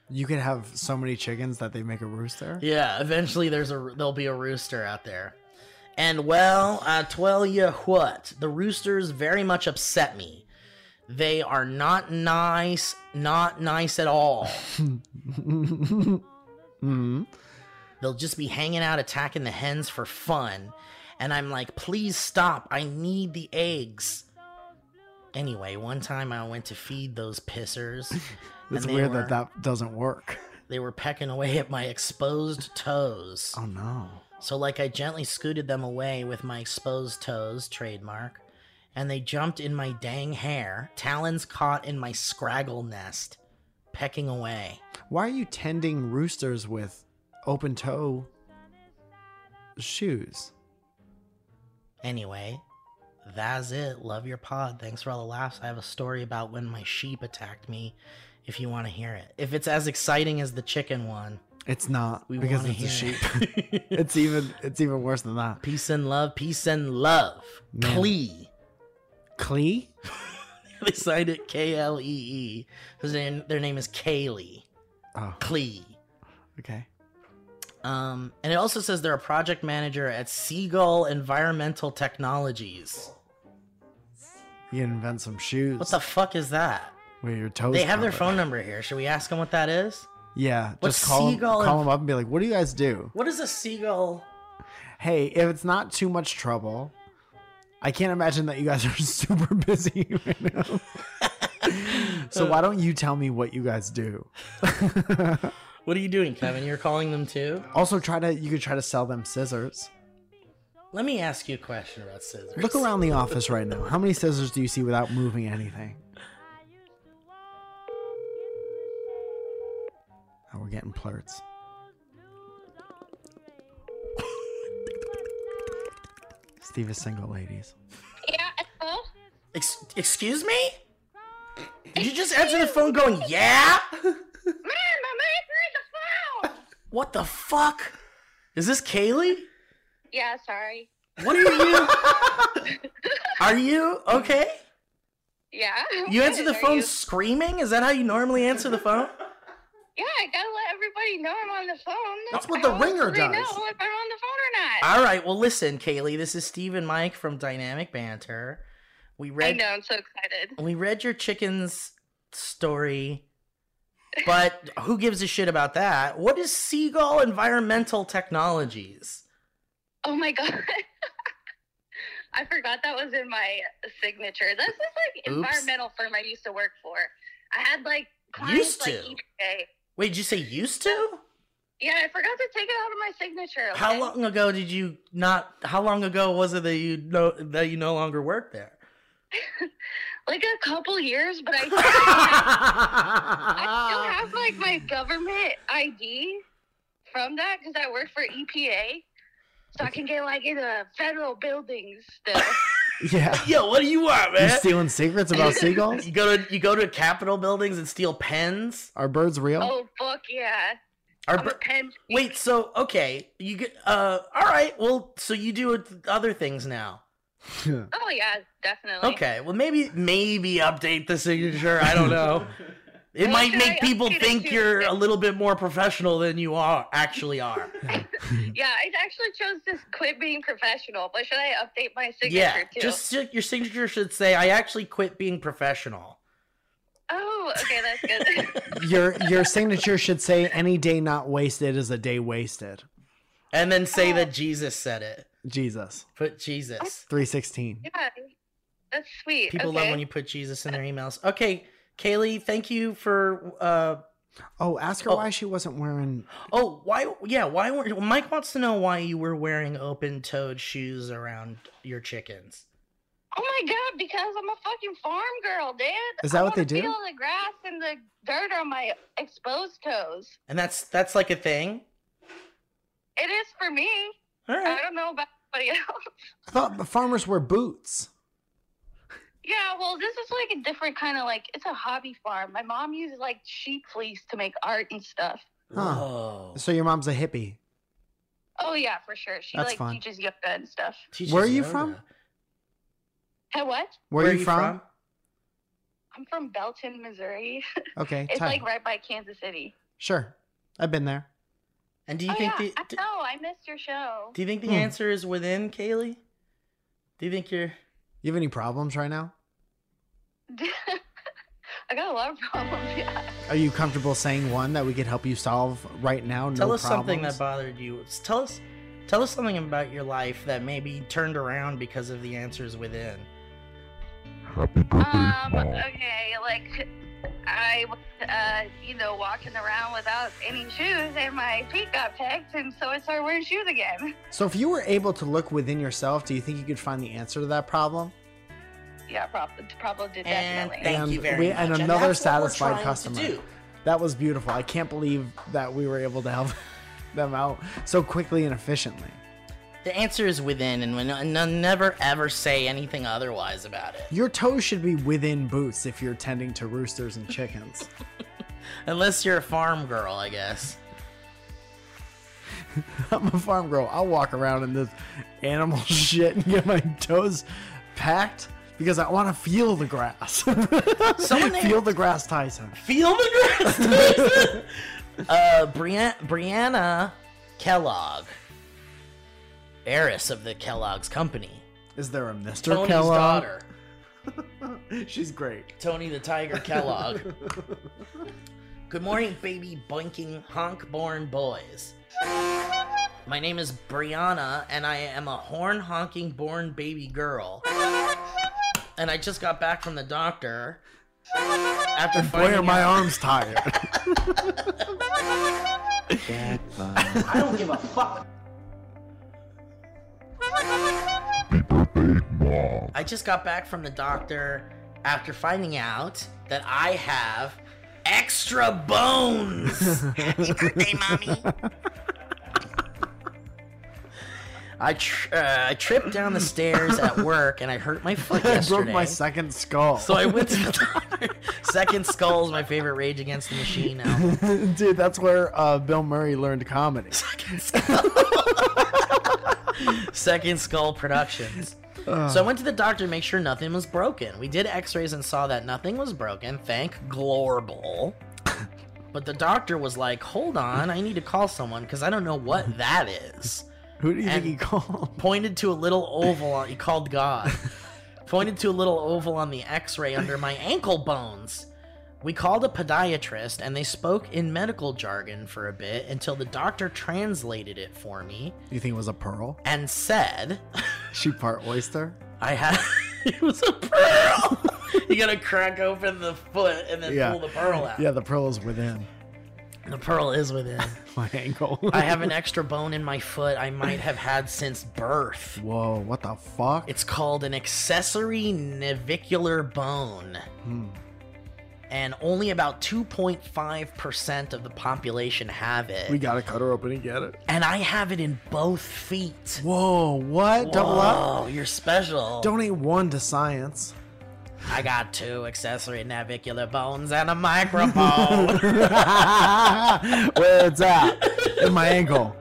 Speaker 4: You could have so many chickens that they make a rooster. (laughs)
Speaker 2: Yeah, eventually there's a there'll be a rooster out there. And well, I tell you what, the roosters very much upset me. They are not nice, not nice at all.
Speaker 4: hmm
Speaker 2: They'll just be hanging out attacking the hens for fun. And I'm like, please stop. I need the eggs. Anyway, one time I went to feed those
Speaker 4: (laughs)
Speaker 2: pissers.
Speaker 4: It's
Speaker 2: and they
Speaker 4: weird
Speaker 2: were-
Speaker 4: that that doesn't work. (laughs)
Speaker 2: They were pecking away at my exposed toes.
Speaker 4: Oh no.
Speaker 2: So, like, I gently scooted them away with my exposed toes, trademark, and they jumped in my dang hair, talons caught in my scraggle nest, pecking away.
Speaker 4: Why are you tending roosters with open toe shoes?
Speaker 2: Anyway, that's it. Love your pod. Thanks for all the laughs. I have a story about when my sheep attacked me if you want to hear it. If it's as exciting as the chicken one,
Speaker 4: It's not
Speaker 2: we
Speaker 4: because
Speaker 2: want
Speaker 4: it's
Speaker 2: to
Speaker 4: a
Speaker 2: hear
Speaker 4: sheep.
Speaker 2: (laughs)
Speaker 4: (laughs)
Speaker 2: it.
Speaker 4: it's even it's even worse than that.
Speaker 2: peace and love, peace and love.
Speaker 4: Man.
Speaker 2: Klee. (laughs)
Speaker 4: Klee?
Speaker 2: They signed it K L E E. His name, their name is Kaylee.
Speaker 4: Oh,
Speaker 2: Klee.
Speaker 4: okay.
Speaker 2: Um, and it also says they're a project manager at Seagull Environmental Technologies.
Speaker 4: You invent some shoes
Speaker 2: What the fuck is that?
Speaker 4: where your toes.
Speaker 2: They have their
Speaker 4: cover.
Speaker 2: phone number here. Should we ask them what that is?
Speaker 4: (laughs) Yeah,
Speaker 2: What's
Speaker 4: just call 'em-
Speaker 2: seagull
Speaker 4: call
Speaker 2: and-
Speaker 4: them up and be like, "What do you guys do?"
Speaker 2: What is a seagull?
Speaker 4: Hey, if it's not too much trouble, I can't imagine that you guys are (laughs) super busy right now.
Speaker 2: (laughs)
Speaker 4: so why don't you tell me what you guys do?
Speaker 2: What are you doing, Kevin? You're calling them too?
Speaker 4: Also, try to you could try to sell them scissors.
Speaker 2: Let me ask you a question about scissors.
Speaker 4: Look around the office right now. How many scissors do you see without moving anything? Oh, we're getting plurts. (laughs) Steve is single, ladies.
Speaker 9: Yeah, hello?
Speaker 2: Ex- excuse me? Did you just answer the phone going, yeah?
Speaker 9: Ma'am, I'm answering the phone!
Speaker 2: What the fuck? Is this Kaylee?
Speaker 9: Yeah, sorry.
Speaker 2: What are you? are you okay?
Speaker 9: Yeah. I'm
Speaker 2: You answer
Speaker 9: good.
Speaker 2: the
Speaker 9: Are
Speaker 2: phone
Speaker 9: you-
Speaker 2: screaming? Is that how you normally answer the
Speaker 9: (laughs)
Speaker 2: phone?
Speaker 9: Yeah, I gotta let everybody know I'm on the phone.
Speaker 2: That's what the
Speaker 9: I want
Speaker 2: ringer
Speaker 9: everybody to
Speaker 2: does.
Speaker 9: know if I'm on the phone or not.
Speaker 2: All right, well, listen, Kaylee, this is Steve and Mike from Dynamic Banter. We
Speaker 9: I
Speaker 2: read
Speaker 9: know, I'm so excited.
Speaker 2: we read your chicken's story, but who gives a shit about that? What is Seagull Environmental Technologies?
Speaker 9: Oh my god. (laughs) I forgot that was in my signature. This is like
Speaker 2: Oops.
Speaker 9: environmental firm I used to work for. I had like clients
Speaker 2: Used
Speaker 9: like
Speaker 2: to?
Speaker 9: each day.
Speaker 2: Wait, did you say used to? Yeah,
Speaker 9: Yeah, I forgot to take it out of my signature.
Speaker 2: How
Speaker 9: okay?
Speaker 2: long ago did you not? How long ago was it that you no that you no longer work there?
Speaker 9: Like a couple years, but I I still
Speaker 2: I
Speaker 9: have like my government ID from that because I work for EPA, so I can get like in a federal buildings
Speaker 2: (laughs)
Speaker 9: still.
Speaker 4: Yeah.
Speaker 2: Yo, what do you want,
Speaker 4: You
Speaker 2: man?
Speaker 4: stealing secrets about seagulls?
Speaker 2: you go to you go to Capitol buildings and steal pens.
Speaker 4: Are birds real?
Speaker 9: oh fuck yeah!
Speaker 2: Are
Speaker 9: I'm a
Speaker 2: bir-
Speaker 9: pen.
Speaker 2: wait, so okay, you get uh, all right. Well, so you do other things now.
Speaker 9: Oh yeah, definitely.
Speaker 2: Okay, well maybe maybe update the signature. I don't
Speaker 9: (laughs)
Speaker 2: know. It
Speaker 9: Well,
Speaker 2: might
Speaker 9: should
Speaker 2: make
Speaker 9: I
Speaker 2: people
Speaker 9: update it
Speaker 2: think
Speaker 9: to-
Speaker 2: you're a little bit more professional than you are actually are.
Speaker 9: Yeah, I actually chose to quit being professional, but should I update my (laughs) signature
Speaker 2: yeah,
Speaker 9: too?
Speaker 2: just si- your signature should say, "I actually quit being professional."
Speaker 9: Oh, okay, that's good.
Speaker 2: (laughs)
Speaker 9: (laughs)
Speaker 4: your your signature should say any day not wasted is a day wasted.
Speaker 2: And then say that
Speaker 9: Oh.
Speaker 2: Jesus said it.
Speaker 4: Jesus.
Speaker 2: Put Jesus.
Speaker 4: 316.
Speaker 9: yeah, that's sweet.
Speaker 2: People
Speaker 9: okay.
Speaker 2: love when you put Jesus in their emails. Okay, Kaylee, thank you for. Uh,
Speaker 4: Oh, ask her
Speaker 2: Oh.
Speaker 4: why she wasn't wearing
Speaker 2: oh, why? Yeah, why were Mike wants to know why you were wearing open-toed shoes around your chickens?
Speaker 9: Oh my god, because I'm a fucking farm girl, dude.
Speaker 4: Is that
Speaker 9: I
Speaker 4: what they
Speaker 9: wanna
Speaker 4: do?
Speaker 9: Feel the grass and the dirt on my exposed toes.
Speaker 2: And that's that's like a thing.
Speaker 9: It is for me.
Speaker 2: All
Speaker 9: I
Speaker 2: right.
Speaker 9: don't know about anybody else. (laughs)
Speaker 4: I thought the farmers wear boots.
Speaker 9: Yeah, well, this is like a different kind of like it's a hobby farm. My mom uses like sheep fleece to make art and stuff.
Speaker 4: Huh.
Speaker 2: Whoa.
Speaker 4: So your mom's a hippie.
Speaker 9: Oh yeah, for sure. She
Speaker 4: That's
Speaker 9: like
Speaker 4: fun.
Speaker 9: teaches yoga and stuff.
Speaker 2: Teaches
Speaker 4: Where are you
Speaker 2: yoga.
Speaker 4: from?
Speaker 9: Hey, what?
Speaker 4: Where, are you from?
Speaker 9: I'm from Belton, Missouri. (laughs)
Speaker 4: Okay,
Speaker 9: it's
Speaker 4: tight.
Speaker 9: like right by Kansas City.
Speaker 4: sure. I've been there.
Speaker 2: And do you
Speaker 9: oh
Speaker 2: think
Speaker 9: yeah,
Speaker 2: the,
Speaker 9: I know. I missed your show.
Speaker 2: do you think the
Speaker 4: Hmm.
Speaker 2: answer is within Kaylee? Do you think you're?
Speaker 4: You have any problems right now?
Speaker 9: (laughs) I got a lot of problems. Yeah.
Speaker 4: Are you comfortable saying one that we could help you solve right now? No
Speaker 2: tell us something
Speaker 4: problems?
Speaker 2: that bothered you S- tell us tell us something about your life that maybe turned around because of the answers within
Speaker 7: Happy birthday,
Speaker 9: Um.
Speaker 7: Mom.
Speaker 9: Okay. Like I was, uh, you know, walking around without any shoes, and my feet got pecked, and so I started wearing shoes again.
Speaker 4: So if you were able to look within yourself, do you think you could find the answer to that problem?
Speaker 9: Yeah, probably, probably did
Speaker 2: And
Speaker 9: definitely.
Speaker 2: thank
Speaker 4: And
Speaker 2: you very
Speaker 4: we-
Speaker 2: much.
Speaker 4: and another
Speaker 2: that's what we're
Speaker 4: satisfied
Speaker 2: trying to
Speaker 4: customer.
Speaker 2: do.
Speaker 4: That was beautiful. I can't believe that we were able to help (laughs) them out so quickly and efficiently.
Speaker 2: The answer is within, and when and I'll never ever say anything otherwise about it,
Speaker 4: Your toes should be within boots if you're tending to roosters and chickens. (laughs)
Speaker 2: unless you're a farm girl, I guess.
Speaker 4: I'm a farm girl. I'll walk around in this animal (laughs) shit and get my toes packed because I want to feel the grass. (laughs)
Speaker 2: Someone named-
Speaker 4: feel the grass, Tyson.
Speaker 2: Feel the grass. Tyson. (laughs) uh, Brian- Brianna Kellogg, heiress of the Kellogg's company,
Speaker 4: Is there a Mr.
Speaker 2: Tony's
Speaker 4: Kellogg?
Speaker 2: daughter,
Speaker 4: (laughs) She's great.
Speaker 2: Tony the Tiger Kellogg. Good morning, baby bunking honk-born boys. My name is Brianna, and I am a horn honking born baby girl. And I just got back from the doctor after
Speaker 4: Boy,
Speaker 2: finding
Speaker 4: are my
Speaker 2: out-
Speaker 4: arms tired. (laughs)
Speaker 2: I don't give a fuck.
Speaker 7: Happy birthday, Mom.
Speaker 2: I just got back from the doctor after finding out that I have extra
Speaker 4: (laughs)
Speaker 2: bones.
Speaker 9: Happy birthday, mommy.
Speaker 2: I tr- uh, I tripped down the stairs
Speaker 4: (laughs)
Speaker 2: at work and I hurt my foot
Speaker 4: I broke
Speaker 2: yesterday.
Speaker 4: my second skull.
Speaker 2: so I went to the (laughs) doctor. Second Skull is my favorite Rage Against the Machine album.
Speaker 4: (laughs) Dude, that's where uh, Bill Murray learned (laughs) comedy.
Speaker 2: Second Skull. (laughs) Second Skull Productions. So I went to the doctor to make sure nothing was broken. We did x-rays and saw that nothing was broken, thank Glorble. But the doctor was like, "Hold on, I need to call someone cuz I don't know what that is."
Speaker 4: Who do you
Speaker 2: And-
Speaker 4: think he called?
Speaker 2: Pointed to a little oval on, he called God. (laughs) Pointed to a little oval on the x-ray under my ankle bones. We called a podiatrist and they spoke in medical jargon for a bit until the doctor translated it for me
Speaker 4: (laughs) You think it was a pearl?
Speaker 2: and said,
Speaker 4: She part oyster?
Speaker 2: I had (laughs) it was a pearl. (laughs) you gotta crack open the foot and then
Speaker 4: Yeah.
Speaker 2: pull the pearl out.
Speaker 4: Yeah, the pearl is within
Speaker 2: The pearl is within.
Speaker 4: (laughs) my ankle. (laughs)
Speaker 2: I have an extra bone in my foot I might have had since birth.
Speaker 4: Whoa, what the fuck?
Speaker 2: It's called an accessory navicular bone.
Speaker 4: Hmm.
Speaker 2: And only about 2.5% of the population have it.
Speaker 4: We gotta cut her open and get it.
Speaker 2: and I have it in both feet.
Speaker 4: Whoa, what? Double up?
Speaker 2: Whoa, You're special.
Speaker 4: Donate one to science.
Speaker 2: I got two accessory navicular bones and a microphone.
Speaker 4: Oh. (laughs) Where it's at? In my ankle.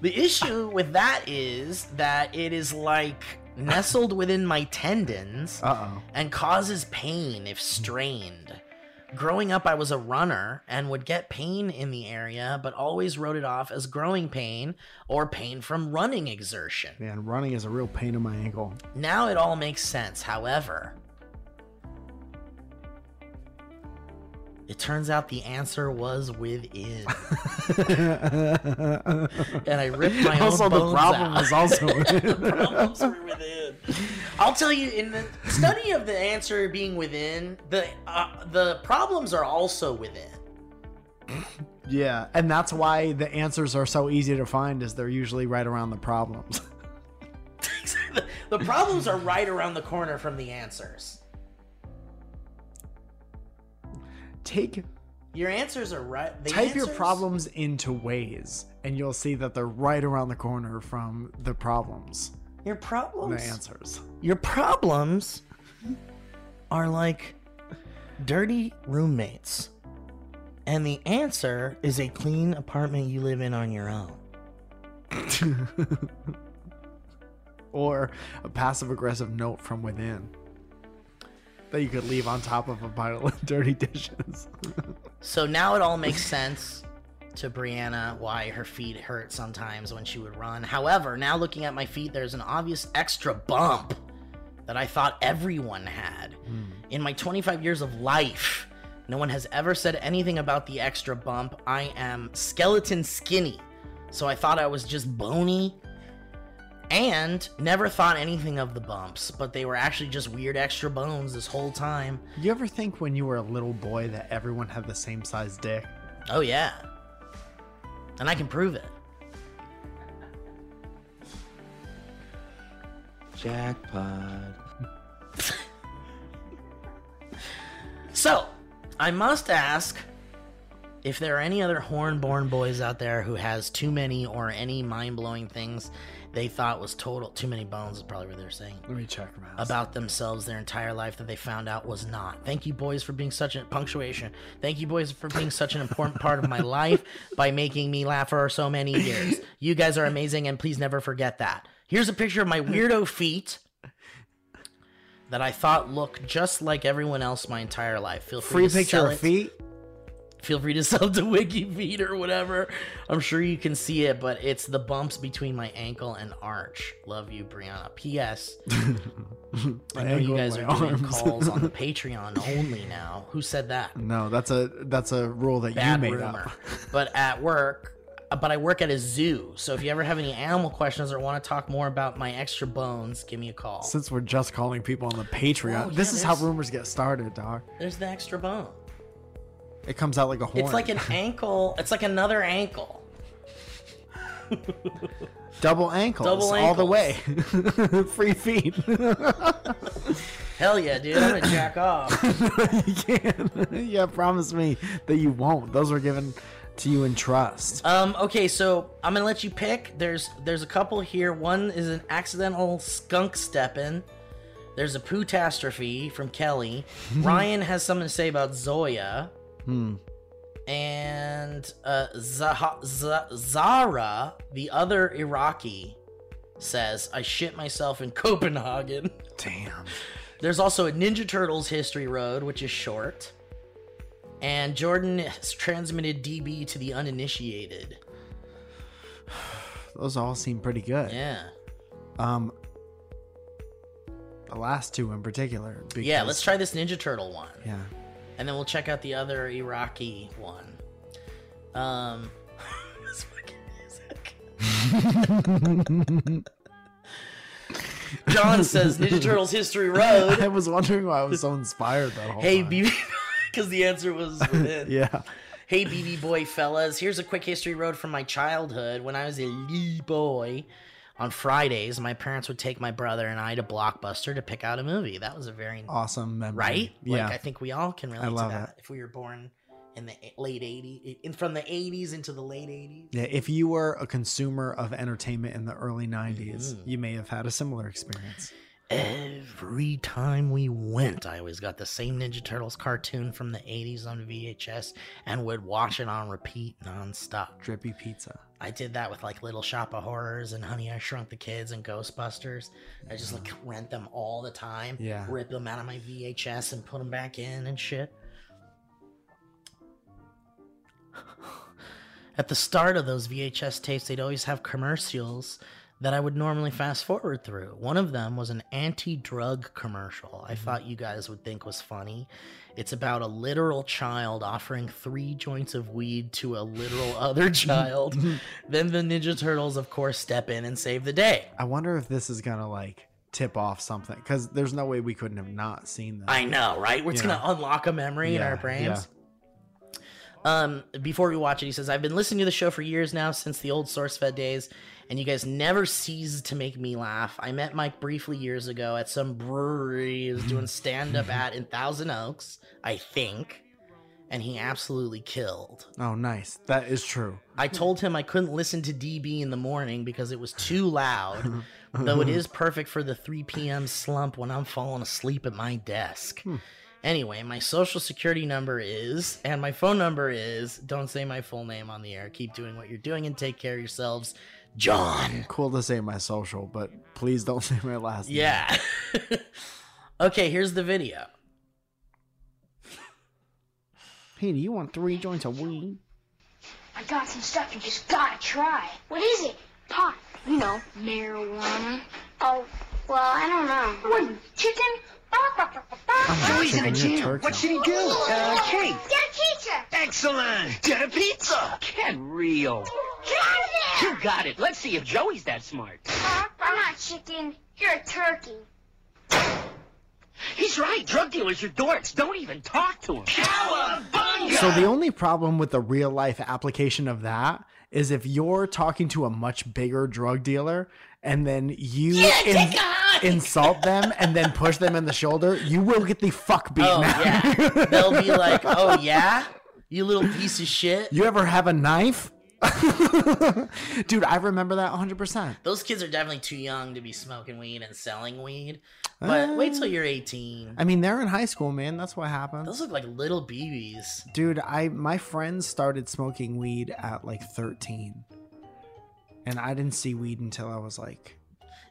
Speaker 2: The issue with that is that it is like nestled within my tendons
Speaker 4: Uh oh.
Speaker 2: and causes pain if strained. Growing up, I was a runner and would get pain in the area, but always wrote it off as growing pain or pain from running exertion.
Speaker 4: Man, running is a real pain in my ankle. (laughs)
Speaker 2: Now it all makes sense, however. It turns out the answer was
Speaker 4: (laughs)
Speaker 2: within. and I ripped my
Speaker 4: also,
Speaker 2: own
Speaker 4: the
Speaker 2: bones (laughs)
Speaker 4: problem
Speaker 2: out.
Speaker 4: is also. (laughs)
Speaker 2: problems were within. I'll tell you, in the study of the answer being within, the uh, the problems are also within.
Speaker 4: yeah, and that's why the answers are so easy to find, is they're usually right around the problems. (laughs)
Speaker 2: the, the problems are right around the corner from the answers.
Speaker 4: Take
Speaker 2: Your answers are right. The
Speaker 4: type your
Speaker 2: answers-
Speaker 4: problems into ways, and you'll see that they're right around the corner from the problems,
Speaker 2: Your
Speaker 4: the
Speaker 2: problems.
Speaker 4: answers. (laughs)
Speaker 2: Your problems are like dirty roommates, and the answer is a clean apartment you live in on your own.
Speaker 4: or a passive aggressive note from within that you could leave on top of a pile of (laughs) dirty dishes.
Speaker 2: So now it all makes sense to Brianna why her feet hurt sometimes when she would run. However, now looking at my feet, there's an obvious extra bump that I thought everyone had. In my 25 years of life, no one has ever said anything about the extra bump. I am skeleton skinny, so I thought I was just bony. and never thought anything of the bumps, but they were actually just weird extra bones this whole time.
Speaker 4: You ever think when you were a little boy that everyone had the same size dick?
Speaker 2: Oh, yeah. And I can prove it.
Speaker 10: Jackpot.
Speaker 2: (laughs) So, I must ask if there are any other horn-born boys out there who has too many or any mind-blowing things they thought was total too many bones is probably what they're saying
Speaker 4: Let me check them out.
Speaker 2: about themselves their entire life that they found out was not. Thank you, boys, for being such a punctuation. Thank you, boys, for being such an important part
Speaker 4: (laughs)
Speaker 2: of my life by making me laugh for so many years. You guys are amazing, and please never forget that. Here's a picture of my weirdo feet that I thought looked just like everyone else my entire life. Feel free,
Speaker 4: Free
Speaker 2: to
Speaker 4: picture
Speaker 2: sell
Speaker 4: of
Speaker 2: it.
Speaker 4: feet.
Speaker 2: Feel free to (laughs) sell it to WikiFeed or whatever. I'm sure you can see it, but it's the bumps between my ankle and arch. Love you, Brianna. P.S. I know you
Speaker 4: Angle
Speaker 2: guys
Speaker 4: my
Speaker 2: are doing
Speaker 4: arms.
Speaker 2: calls on the Patreon only now. Who said that?
Speaker 4: (laughs) No, that's a that's a rule that
Speaker 2: Bad
Speaker 4: you made
Speaker 2: rumor.
Speaker 4: up.
Speaker 2: But at work, but I work at a zoo. So if you ever have any animal questions or want to talk more about my extra bones, give me a call.
Speaker 4: Since we're just calling people on the Patreon,
Speaker 2: Oh, yeah,
Speaker 4: this is how
Speaker 2: there's-
Speaker 4: rumors get started, dog.
Speaker 2: There's the extra bone.
Speaker 4: It comes out like a horn.
Speaker 2: It's like
Speaker 4: (laughs)
Speaker 2: an ankle. It's like another ankle.
Speaker 4: double ankles,
Speaker 2: Double
Speaker 4: all the way. (laughs) Free feet.
Speaker 2: Hell yeah, dude! I'm gonna
Speaker 4: (laughs)
Speaker 2: jack off.
Speaker 4: you can. (laughs) yeah, promise me that you won't. Those were given to you in trust.
Speaker 2: Um, okay, so I'm gonna let you pick. There's there's a couple here. One is an accidental skunk steppin. There's a pootastrophe from
Speaker 4: (laughs)
Speaker 2: Kelly. Ryan has something to say about Zoya.
Speaker 4: Hmm.
Speaker 2: And uh, Zaha- Z- Zara, the other Iraqi, says, I shit myself in (laughs) Copenhagen.
Speaker 4: Damn.
Speaker 2: There's also a Ninja Turtles History Road, which is short. And Jordan has transmitted DB to the uninitiated.
Speaker 4: Those all seem pretty good.
Speaker 2: Yeah.
Speaker 4: Um, the last two in particular. Because,
Speaker 2: Yeah, let's try this Ninja Turtle one.
Speaker 4: (laughs) Yeah.
Speaker 2: And then we'll check out the other Iraqi one. Um (laughs) this fucking music. John says Ninja Turtles History Road.
Speaker 4: (laughs) I was wondering why I was so inspired that whole
Speaker 2: Hey (laughs)
Speaker 4: time.
Speaker 2: BB because the answer was within.
Speaker 4: Yeah.
Speaker 2: Hey, BB boy fellas, here's a quick history road from my childhood. When I was a lee boy, on Fridays, my parents would take my brother and I to Blockbuster to pick out a movie. That was a very
Speaker 4: Awesome memory.
Speaker 2: right.
Speaker 4: Yeah.
Speaker 2: Like I think we all can relate
Speaker 4: love
Speaker 2: to that if we were born in the e- late '80s, in from the '80s into the late '80s.
Speaker 4: yeah. If you were a consumer of entertainment in the early 90s,
Speaker 2: Mhm.
Speaker 4: you may have had a similar experience.
Speaker 2: Every time we went, I always got the same Ninja Turtles cartoon from the '80s on VHS and would watch it on repeat nonstop.
Speaker 4: Drippy
Speaker 2: (laughs)
Speaker 4: pizza.
Speaker 2: I did that with like Little Shop of Horrors and Honey I Shrunk the Kids and Ghostbusters. I just like rent them all the time,
Speaker 4: Yeah.
Speaker 2: rip them out of my VHS and put them back in and shit. At the start of those VHS tapes, they'd always have commercials that I would normally fast forward through. One of them was an anti drug commercial I thought you guys would think was funny. It's about a literal child offering three joints of weed to a literal other child. then the Ninja Turtles, of course, step in and save the day.
Speaker 4: I wonder if this is gonna like tip off something because there's no way we couldn't have not seen that.
Speaker 2: I know, right? It's
Speaker 4: Yeah.
Speaker 2: gonna unlock a memory in
Speaker 4: Yeah,
Speaker 2: our brains. Um, before we watch it, he says, "I've been listening to the show for years now, since the old SourceFed days, and you guys never cease to make me laugh. I met Mike briefly years ago at some brewery he was doing
Speaker 4: (laughs)
Speaker 2: stand up at in Thousand Oaks, I think, and he absolutely killed.
Speaker 4: Oh, nice. That is true.
Speaker 2: I told him I couldn't listen to DB in the morning because it was too loud, though it is perfect for the 3 p.m. slump when I'm falling asleep at my desk. Anyway, my social security number is, and my phone number is, don't say my full name on the air. Keep doing what you're doing and take care of yourselves, John.
Speaker 4: Cool to say my social, but please don't (laughs) say my last. name.
Speaker 2: Yeah. (laughs) okay, here's the video.
Speaker 4: Hey, do you want three joints of weed?
Speaker 11: I got some stuff you just gotta try. What is it? Pot. You know, marijuana. Oh, well, I don't know. What, chicken?
Speaker 4: I'm not chicken, you're turkey.
Speaker 11: she do? Uh, cake. Get a pizza.
Speaker 10: Excellent! Get a pizza! Get real!
Speaker 11: Get out of there!
Speaker 10: You got it. Let's see if Joey's that smart.
Speaker 11: Huh? not chicken. You're a turkey.
Speaker 12: He's right. Drug dealers are dorks. Don't even talk to them. Cowabunga!
Speaker 4: So the only problem with the real life application of that is if you're talking to a much bigger drug dealer and then you
Speaker 2: Yeah,
Speaker 4: in-
Speaker 2: take a hike!
Speaker 4: insult them and then push them in the shoulder, you will get the fuck beaten
Speaker 2: Oh,
Speaker 4: out.
Speaker 2: yeah. They'll be like, oh, yeah? You little piece of shit.
Speaker 4: You ever have a knife? (laughs) Dude, I remember that 100%.
Speaker 2: Those kids are definitely too young to be smoking weed and selling weed. But
Speaker 4: Uh,
Speaker 2: wait till you're 18.
Speaker 4: I mean, they're in high school, man. That's what happens.
Speaker 2: Those look like little BBs.
Speaker 4: Dude, I my friends started smoking weed at like 13. And I didn't see weed until I was like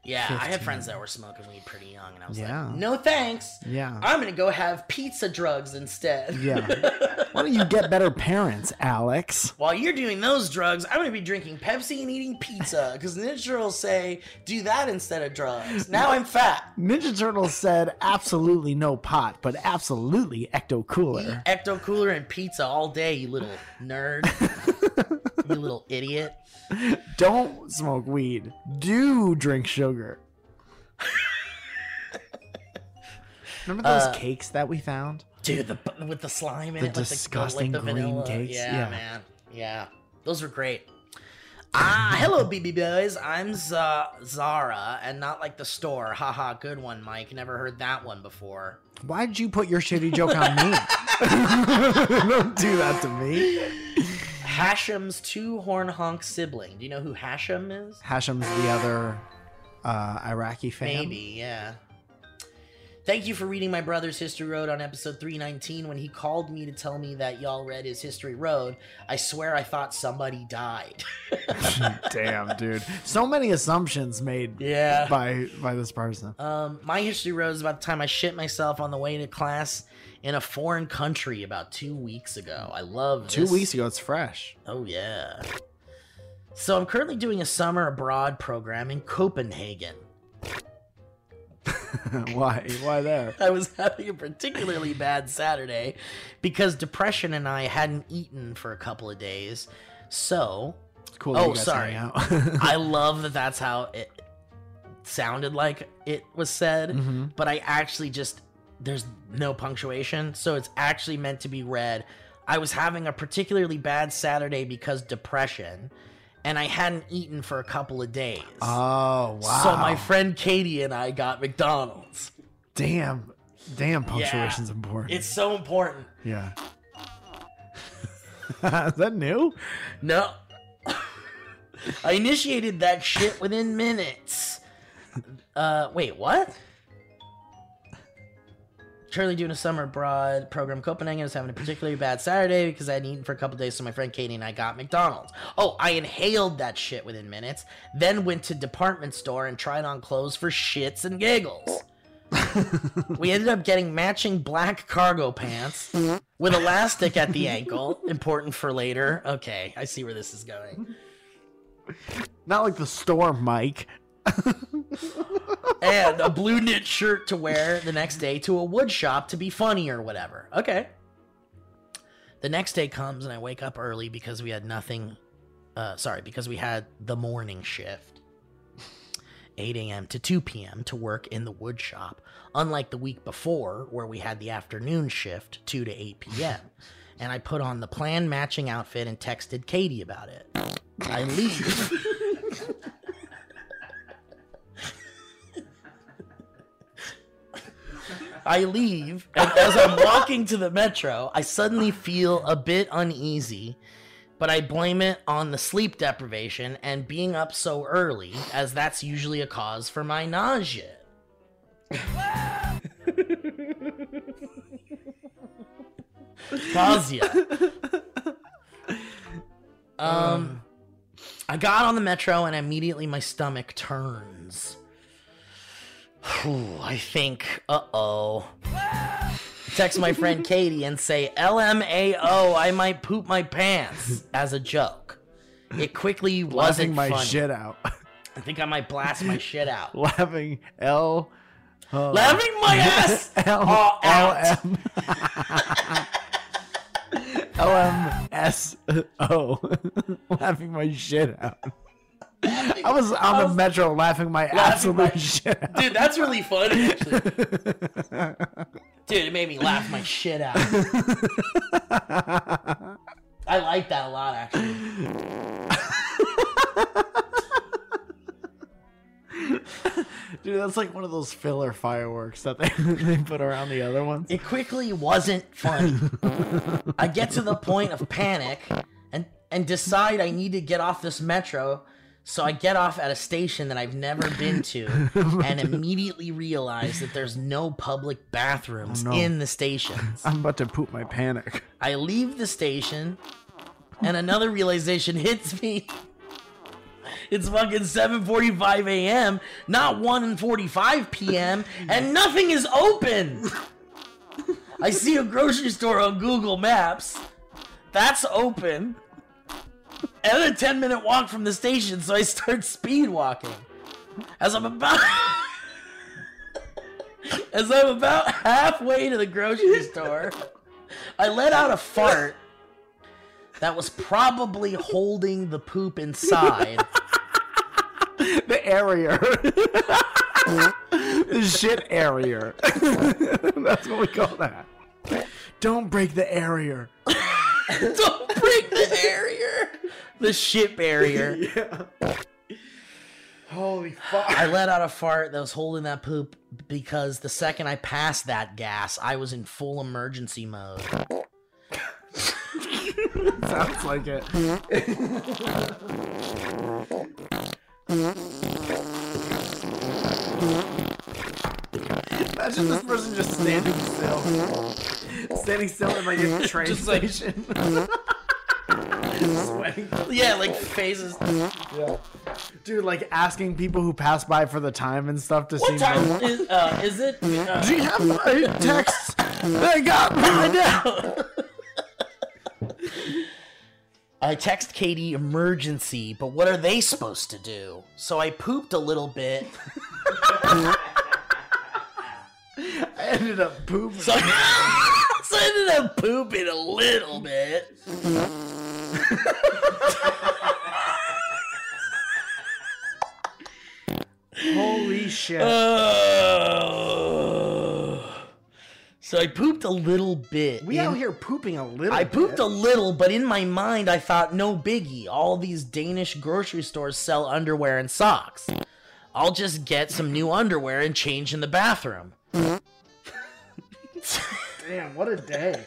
Speaker 2: Yeah, I had
Speaker 4: 15.
Speaker 2: friends that were smoking weed pretty young, and I was
Speaker 4: Yeah.
Speaker 2: like, no thanks.
Speaker 4: Yeah.
Speaker 2: I'm going to go have pizza drugs instead. (laughs)
Speaker 4: Yeah. Why don't you get better parents, Alex?
Speaker 2: While you're doing those drugs, I'm going to be drinking Pepsi and eating pizza because Ninja Turtles say, do that instead of
Speaker 4: (laughs)
Speaker 2: drugs. Now I'm fat.
Speaker 4: Ninja Turtles said absolutely no pot, but absolutely ecto cooler.
Speaker 2: Ecto Cooler and pizza all day, you little
Speaker 4: (laughs)
Speaker 2: nerd. you little idiot.
Speaker 4: Don't smoke weed. Do drink sugar. Remember those
Speaker 2: Uh,
Speaker 4: cakes that we found?
Speaker 2: Dude, the with the slime in
Speaker 4: The
Speaker 2: it, like
Speaker 4: disgusting
Speaker 2: the, like the
Speaker 4: green
Speaker 2: vanilla.
Speaker 4: cakes,
Speaker 2: Yeah,
Speaker 4: yeah.
Speaker 2: man. Yeah, those were great. Ah,
Speaker 4: (laughs)
Speaker 2: hello, BB boys. I'm Z- Zara, and not like the store. Haha, good one, Mike. Never heard that one before.
Speaker 4: Why'd you put your shitty joke on me? (laughs) Don't do that to me.
Speaker 2: Hashem's two horn honk sibling. Do you know who Hashem is?
Speaker 4: Hashem's the other uh, Iraqi fan.
Speaker 2: Maybe, yeah. Thank you for reading my brother's History Road on episode 319 when he called me to tell me that y'all read his History Road. I swear I thought somebody died.
Speaker 4: (laughs)
Speaker 2: (laughs)
Speaker 4: Damn, dude. So many assumptions made
Speaker 2: Yeah.
Speaker 4: by by this person.
Speaker 2: Um, my history road is about the time I shit myself on the way to class in a foreign country about two weeks ago. I love
Speaker 4: Two
Speaker 2: this.
Speaker 4: weeks ago, it's fresh. (laughs)
Speaker 2: Oh yeah. So I'm currently doing a summer abroad program in Copenhagen. (laughs)
Speaker 4: Why? Why there?
Speaker 2: I was having a particularly bad Saturday because depression and I hadn't eaten for a couple of days. So,
Speaker 4: It's cool. that
Speaker 2: oh
Speaker 4: you guys
Speaker 2: sorry,
Speaker 4: hang out. (laughs)
Speaker 2: I love that that's how it sounded like it was said,
Speaker 4: Mhm.
Speaker 2: but I actually just there's no punctuation, so it's actually meant to be read. I was having a particularly bad Saturday because depression, and I hadn't eaten for a couple of days.
Speaker 4: Oh wow.
Speaker 2: So my friend Katie and I got McDonald's.
Speaker 4: damn, damn punctuation's
Speaker 2: Yeah.
Speaker 4: important.
Speaker 2: It's so important.
Speaker 4: yeah. (laughs) Is that new?
Speaker 2: No. I initiated that shit within minutes. Uh, wait, what? Currently doing a summer abroad program. in Copenhagen I was having a particularly bad Saturday because I hadn't eaten for a couple days, so my friend Katie and I got McDonald's. Oh, I inhaled that shit within minutes, then went to department store and tried on clothes for shits and giggles. we ended up getting matching black cargo pants with elastic at the ankle. Important for later. Okay, I see where this is going.
Speaker 4: Not like the store, Mike.
Speaker 2: And a blue knit shirt to wear the next day to a wood shop to be funny or whatever. Okay. The next day comes and I wake up early because we had nothing. Uh, sorry, because we had the morning shift, 8 a.m. to 2 p.m. to work in the wood shop. Unlike the week before, where we had the afternoon shift, 2 to 8 p.m. and I put on the plan matching outfit and texted Katie about it. I leave. I leave, and as I'm walking to the metro, I suddenly feel a bit uneasy, but I blame it on the sleep deprivation and being up so early, as that's usually a cause for my nausea.
Speaker 4: (laughs)
Speaker 2: Nausea.
Speaker 4: Uh.
Speaker 2: Um, I got on the metro and immediately my stomach turns. Whew, I think, uh oh. Text my
Speaker 4: (laughs)
Speaker 2: friend Katie and say, LMAO, I might poop my pants as a joke. It quickly
Speaker 4: Laughing
Speaker 2: wasn't
Speaker 4: my
Speaker 2: funny.
Speaker 4: shit out. (laughs)
Speaker 2: I think I might blast my shit out.
Speaker 4: Laughing L. uh, (laughs)
Speaker 2: Laughing my ass
Speaker 4: L-
Speaker 2: all out.
Speaker 4: (laughs) LM. (laughs) LMSO. Laughing my shit out. I was on the metro laughing my absolute (laughs) shit. out.
Speaker 2: Dude, that's really funny. Actually.
Speaker 4: (laughs)
Speaker 2: Dude, it made me laugh my shit out. I like that a lot, actually.
Speaker 4: Dude, that's like one of those filler fireworks that they, (laughs) they put around the other ones.
Speaker 2: It quickly wasn't funny. I get to the point of panic and and decide I need to get off this metro. So I get off at a station that I've never been
Speaker 4: (laughs)
Speaker 2: to and immediately realize that there's no public bathrooms
Speaker 4: Oh, no.
Speaker 2: in the stations.
Speaker 4: I'm about to poop my panic.
Speaker 2: I leave the station and another realization (laughs) hits me. It's fucking 7:45 a.m., not 1:45 p.m., and nothing is open. I see a grocery store on Google Maps. That's open. And a 10 minute walk from the station, so I start (laughs) speed walking. As I'm about (laughs) As I'm about halfway to the grocery store, I let out a fart that was probably holding the poop inside.
Speaker 4: the area. the shit area. (laughs) That's what we call that. Don't break the area.
Speaker 2: (laughs) Don't break the area. The shit barrier.
Speaker 3: Holy fuck.
Speaker 2: I let out a fart that was holding that poop because the second I passed that gas, I was in full emergency mode.
Speaker 4: (laughs) Sounds like it. Imagine this person just standing still. Standing still in like a train
Speaker 2: Just like-
Speaker 4: station. Sweating.
Speaker 2: yeah, like phases.
Speaker 4: Yeah. Dude, like asking people who pass by for the time and stuff to see
Speaker 2: What time
Speaker 4: me.
Speaker 2: is, uh, is it? Uh,
Speaker 4: Do you have my texts? They got mine now.
Speaker 2: I text Katie emergency, but what are they supposed to do? So I pooped a little bit.
Speaker 4: I ended up pooping.
Speaker 2: So, so I (laughs) ended up pooping a little bit.
Speaker 4: Holy shit.
Speaker 2: Oh. So I pooped a little bit.
Speaker 4: we
Speaker 2: in-
Speaker 4: out here pooping a little.
Speaker 2: I pooped
Speaker 4: bit.
Speaker 2: a little, but in my mind, I thought, no biggie. All these Danish grocery stores sell underwear and socks. I'll just get some new underwear and change in the bathroom.
Speaker 4: Damn, what a day.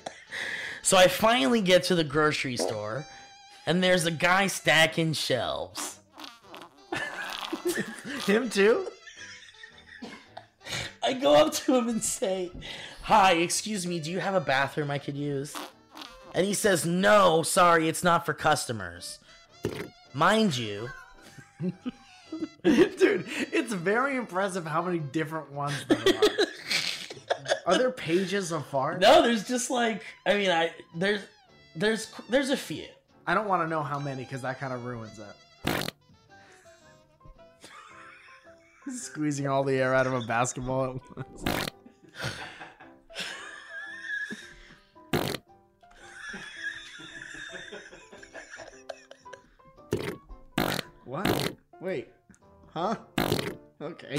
Speaker 2: So I finally get to the grocery store, and there's a guy stacking shelves.
Speaker 4: (laughs) Him too? (laughs)
Speaker 2: I go up to him and say, Hi, excuse me, do you have a bathroom I could use? And he says, No, sorry, it's not for customers. Mind you,
Speaker 4: Dude, it's very impressive how many different ones there (laughs) are. are there pages of farts?
Speaker 2: no, there's just like, I mean, I there's there's there's a few.
Speaker 4: I don't want to know how many because that kind of ruins it. (laughs) Squeezing all the air out of a basketball at once. what? Wait. Huh? Okay.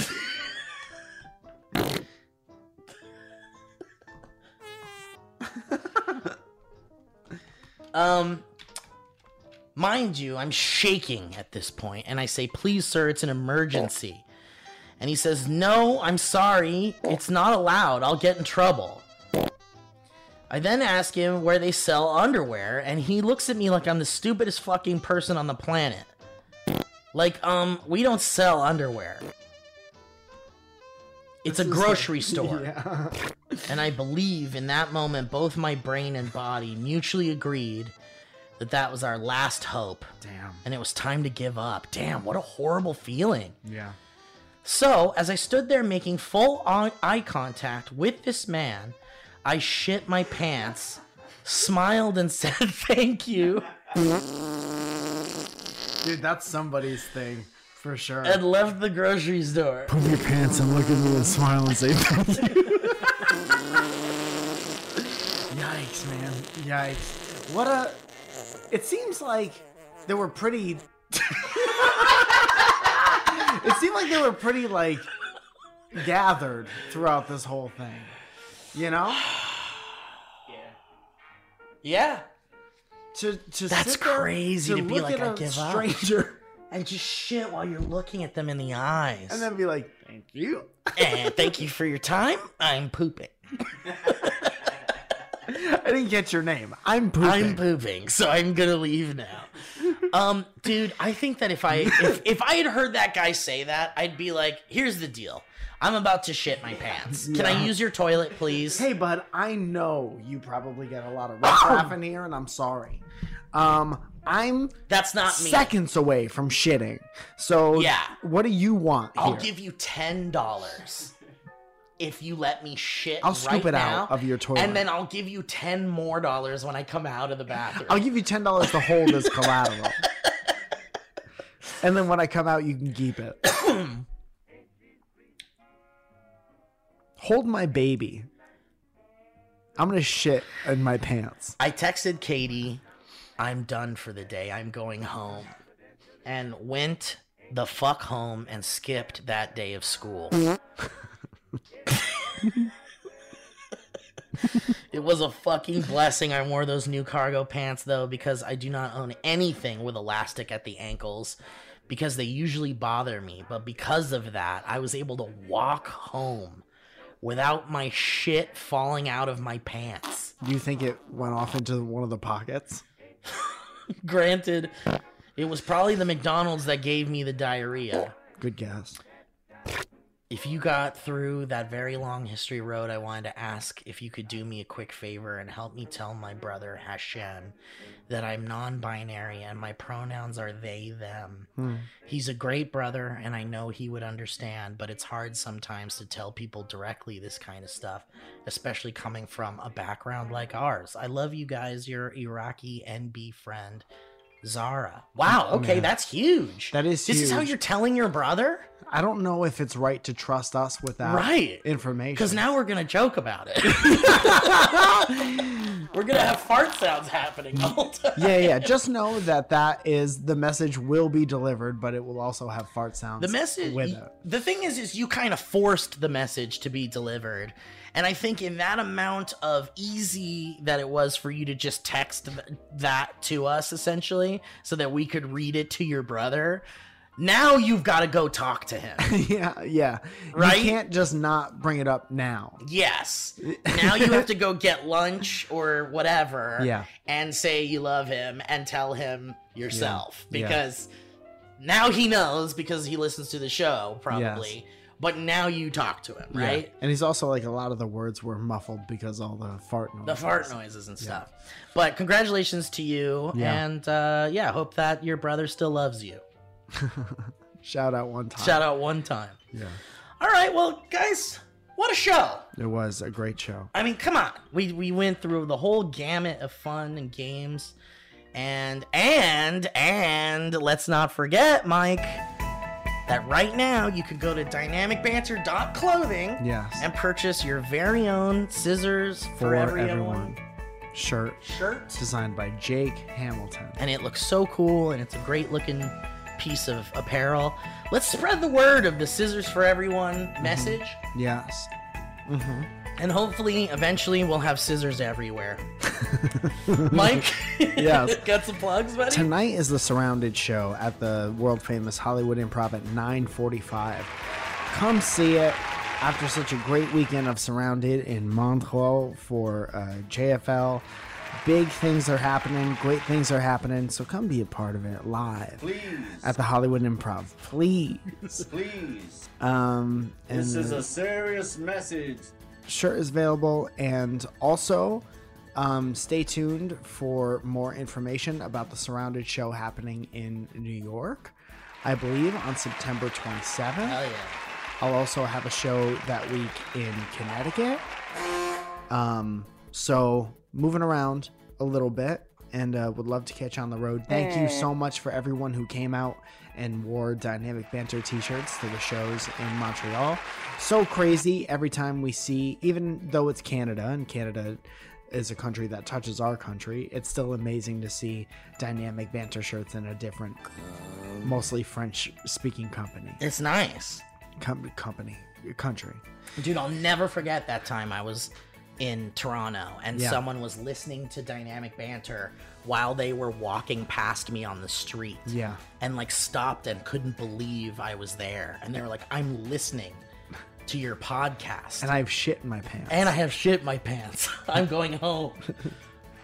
Speaker 2: Um mind you, I'm shaking at this point and I say, "Please sir, it's an emergency." And he says, "No, I'm sorry. It's not allowed. I'll get in trouble." I then ask him where they sell underwear and he looks at me like I'm the stupidest fucking person on the planet. Like, um, we don't sell underwear. It's a
Speaker 4: This is-
Speaker 2: grocery
Speaker 4: (laughs)
Speaker 2: store.
Speaker 4: Yeah.
Speaker 2: And I believe in that moment, both my brain and body mutually agreed that that was our last hope.
Speaker 4: Damn.
Speaker 2: And it was time to give up. Damn, what a horrible feeling.
Speaker 4: Yeah.
Speaker 2: So, as I stood there making full on eye contact with this man, I shit my pants, smiled, and (laughs) said, Thank you,
Speaker 4: Dude, that's somebody's thing for sure.
Speaker 2: and left the grocery store.
Speaker 4: Pull your pants and look at me and smile and say thank you. Yikes, man. (laughs) Yikes. What a. It seems like they were pretty. it seemed like they were pretty like gathered throughout this whole thing. You know?
Speaker 2: Yeah.
Speaker 4: To to
Speaker 2: That's
Speaker 4: sit there,
Speaker 2: crazy
Speaker 4: to
Speaker 2: to, be
Speaker 4: look
Speaker 2: like,
Speaker 4: at
Speaker 2: I
Speaker 4: a
Speaker 2: give
Speaker 4: stranger
Speaker 2: up. And just shit while you're looking at them in the eyes.
Speaker 4: and then be like, "Thank you." (laughs)
Speaker 2: and thank you for your time. I'm pooping.
Speaker 4: I didn't get your name. I'm pooping.
Speaker 2: I'm pooping, so I'm gonna leave now. Um, dude, I think that if I if, if I had heard that guy say that, I'd be like, here's the deal. I'm about to shit my pants. Can I
Speaker 4: Yeah.
Speaker 2: use your toilet, please?
Speaker 4: Hey, bud, I know you probably get a lot of
Speaker 2: Oh.
Speaker 4: riffraff in here, and I'm sorry. Um, I'm
Speaker 2: That's not me.
Speaker 4: seconds away from shitting. So
Speaker 2: Yeah.
Speaker 4: what do you want?
Speaker 2: I'll
Speaker 4: here?
Speaker 2: give you ten dollars if you let me shit.
Speaker 4: I'll scoop
Speaker 2: right
Speaker 4: it
Speaker 2: now,
Speaker 4: out of your toilet.
Speaker 2: and then I'll give you ten more dollars when I come out of the bathroom.
Speaker 4: I'll give you ten dollars to hold
Speaker 2: (laughs)
Speaker 4: as collateral. and then when I come out, you can keep
Speaker 2: (coughs)
Speaker 4: it. hold my baby. I'm gonna shit in my pants.
Speaker 2: I texted Katie, I'm done for the day. I'm going home. And went the fuck home and skipped that day of school. (laughs) it was a fucking blessing I wore those new cargo pants though because I do not own anything with elastic at the ankles because they usually bother me. But because of that, I was able to walk home without my shit falling out of my pants.
Speaker 4: Do you think it went off into one of the pockets?
Speaker 2: Granted, it was probably the McDonald's that gave me the diarrhea.
Speaker 4: Good guess.
Speaker 2: If you got through that very long history road, I wanted to ask if you could do me a quick favor and help me tell my brother Hashem that I'm non binary and my pronouns are they, them.
Speaker 4: Hmm.
Speaker 2: He's a great brother, and I know he would understand, but it's hard sometimes to tell people directly this kind of stuff, especially coming from a background like ours. I love you guys, your Iraqi NB friend, Zara. Wow, okay,
Speaker 4: Oh, Man.
Speaker 2: that's huge.
Speaker 4: That is
Speaker 2: This is how
Speaker 4: huge.
Speaker 2: you're telling your brother?
Speaker 4: I don't know if it's right to trust us with that
Speaker 2: Right.
Speaker 4: information.
Speaker 2: Because now we're going to joke about it.
Speaker 4: (laughs)
Speaker 2: (laughs) we're going to have fart sounds happening the whole time.
Speaker 4: yeah, yeah. Just know that that is the message will be delivered, but it will also have fart sounds.
Speaker 2: the message
Speaker 4: with it.
Speaker 2: the thing is is you kind of forced the message to be delivered and i think in that amount of easy that it was for you to just text th- that to us essentially so that we could read it to your brother now you've got to go talk to him
Speaker 4: (laughs) yeah, yeah.
Speaker 2: Right?
Speaker 4: You can't just not bring it up now.
Speaker 2: yes now you
Speaker 4: (laughs)
Speaker 2: have to go get lunch or whatever
Speaker 4: Yeah.
Speaker 2: and say you love him and tell him yourself
Speaker 4: Yeah.
Speaker 2: because now he knows because he listens to the show probably but now you talk to him
Speaker 4: Yeah.
Speaker 2: right
Speaker 4: And he's also like a lot of the words were muffled because all the fart noise.
Speaker 2: the fart noises and stuff. But congratulations to you,
Speaker 4: Yeah.
Speaker 2: and uh, yeah, hope that your brother still loves you.
Speaker 4: Shout out one time.
Speaker 2: Shout out one time.
Speaker 4: Yeah.
Speaker 2: All right, well, guys, what a show!
Speaker 4: It was a great show.
Speaker 2: I mean, come on, we we went through the whole gamut of fun and games, and and and let's not forget, Mike, that right now you could go to dynamicbanter.clothing
Speaker 4: Yes.
Speaker 2: and purchase your very own scissors for,
Speaker 4: For
Speaker 2: everyone.
Speaker 4: everyone. Shirt
Speaker 2: shirt.
Speaker 4: designed by Jake Hamilton.
Speaker 2: and it looks so cool and it's a great looking piece of apparel. Let's spread the word of the Scissors for Everyone message
Speaker 4: Yes. hmm
Speaker 2: and hopefully eventually we'll have scissors
Speaker 4: (laughs)
Speaker 2: everywhere. Mike,
Speaker 4: Yes.
Speaker 2: (laughs) got some plugs, buddy?
Speaker 4: Tonight is the Surrounded show at the world famous Hollywood Improv at 9:45. Come see it. After such a great weekend of Surrounded in Montreux for uh, JFL, big things are happening. Great things are happening. So come be a part of it live at the Hollywood Improv, please.
Speaker 13: Please.
Speaker 4: Um, and
Speaker 13: This is a serious message.
Speaker 4: shirt is available and also um, stay tuned for more information about the surrounded show happening in new york i believe on september 27th
Speaker 2: Hell yeah.
Speaker 4: i'll also have a show that week in connecticut um, so moving around a little bit and uh, would love to catch you on the road thank you so much for everyone who came out and wore dynamic banter t-shirts to the shows in montreal so crazy every time we see even though it's canada and canada is a country that touches our country, it's still amazing to see dynamic banter shirts in a different, mostly French speaking company.
Speaker 2: It's nice.
Speaker 4: Com- company, country.
Speaker 2: Dude, I'll never forget that time I was in Toronto and
Speaker 4: Yeah.
Speaker 2: someone was listening to Dynamic Banter while they were walking past me on the street
Speaker 4: Yeah.
Speaker 2: and like stopped and couldn't believe I was there. And they were like, I'm listening to your podcast.
Speaker 4: And I have shit in my pants.
Speaker 2: And I have shit in my pants. (laughs) I'm going home.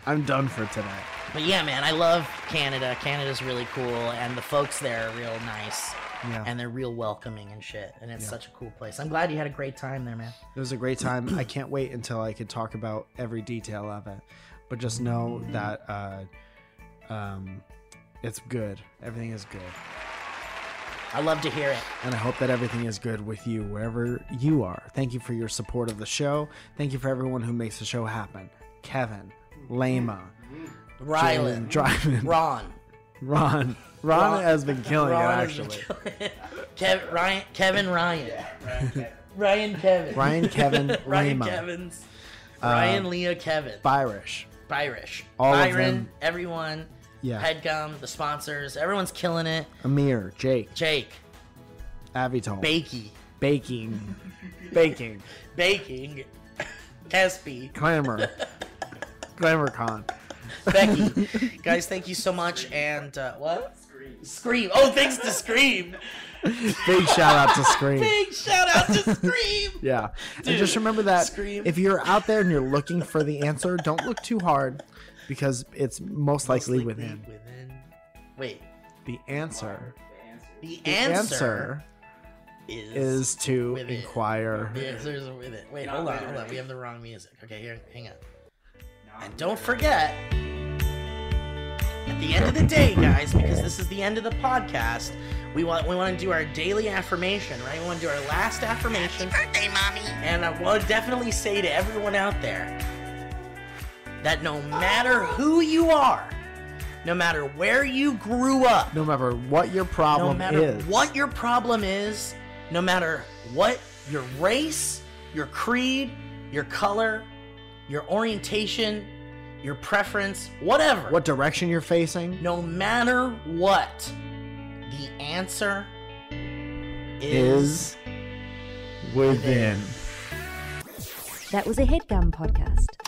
Speaker 4: I'm done for today.
Speaker 2: But yeah, man, I love Canada. Canada's really cool, and the folks there are real nice.
Speaker 4: Yeah.
Speaker 2: And they're real welcoming and shit. And it's
Speaker 4: Yeah.
Speaker 2: such a cool place. I'm glad you had a great time there, man.
Speaker 4: It was a great time. I can't wait until I can talk about every detail of it. But just know that uh, um, it's good. Everything is good.
Speaker 2: I love to hear it.
Speaker 4: And I hope that everything is good with you wherever you are. Thank you for your support of the show. Thank you for everyone who makes the show happen. Kevin, Lema,
Speaker 2: Rylan,
Speaker 4: Dryman,
Speaker 2: Ron,
Speaker 4: Ron. Ron, has been killing
Speaker 2: Ron
Speaker 4: it,
Speaker 2: has been
Speaker 4: Oh, actually.
Speaker 2: (laughs) Kev- Ryan, Kevin Ryan. Ryan Kevin.
Speaker 4: Ryan Kevin
Speaker 2: (laughs) Ryan
Speaker 4: Lima.
Speaker 2: Kevins.
Speaker 4: Uh,
Speaker 2: Ryan Leah Kevin.
Speaker 4: Byrish.
Speaker 2: Byrish.
Speaker 4: All of
Speaker 2: Byron,
Speaker 4: them.
Speaker 2: everyone.
Speaker 4: Yeah.
Speaker 2: Headgum, the sponsors. Everyone's killing it.
Speaker 4: Amir, Jake,
Speaker 2: Jake,
Speaker 4: Avitol,
Speaker 2: Bakey, (laughs)
Speaker 4: Baking, Baking,
Speaker 2: Baking, Tesby,
Speaker 4: Clamor, ClamorCon.
Speaker 2: Becky. Guys, thank you so much. And uh, what? Scream. Scream. Oh, thanks to Scream.
Speaker 4: Big shout out to Scream.
Speaker 2: Big shout out to Scream.
Speaker 4: Yeah.
Speaker 2: Dude,
Speaker 4: and just remember that
Speaker 2: Scream.
Speaker 4: if you're out there and you're looking for the answer, don't look too hard because it's most likely within.
Speaker 2: Wait.
Speaker 4: The answer
Speaker 2: The,
Speaker 4: The
Speaker 2: answer,
Speaker 4: answer
Speaker 2: is,
Speaker 4: is to
Speaker 2: within.
Speaker 4: inquire.
Speaker 2: The answer is with it. Wait,
Speaker 12: Not
Speaker 2: hold on,
Speaker 12: within.
Speaker 2: hold on. We have the wrong music. Okay, here, hang on. And don't forget, at the end of the day, guys, because this is the end of the podcast, we want we want to do our daily affirmation, right? We want to do our last affirmation. Happy birthday, mommy! And I want to definitely say to everyone out there that no matter who you are, no matter where you grew up,
Speaker 4: No matter what your
Speaker 2: no
Speaker 4: problem
Speaker 2: matter
Speaker 4: is,
Speaker 2: what your problem is, no matter what your race, your creed, your color, your orientation, your preference, whatever,
Speaker 4: what direction you're facing,
Speaker 2: no matter what, the answer is
Speaker 4: is within.
Speaker 14: That was a headgum podcast.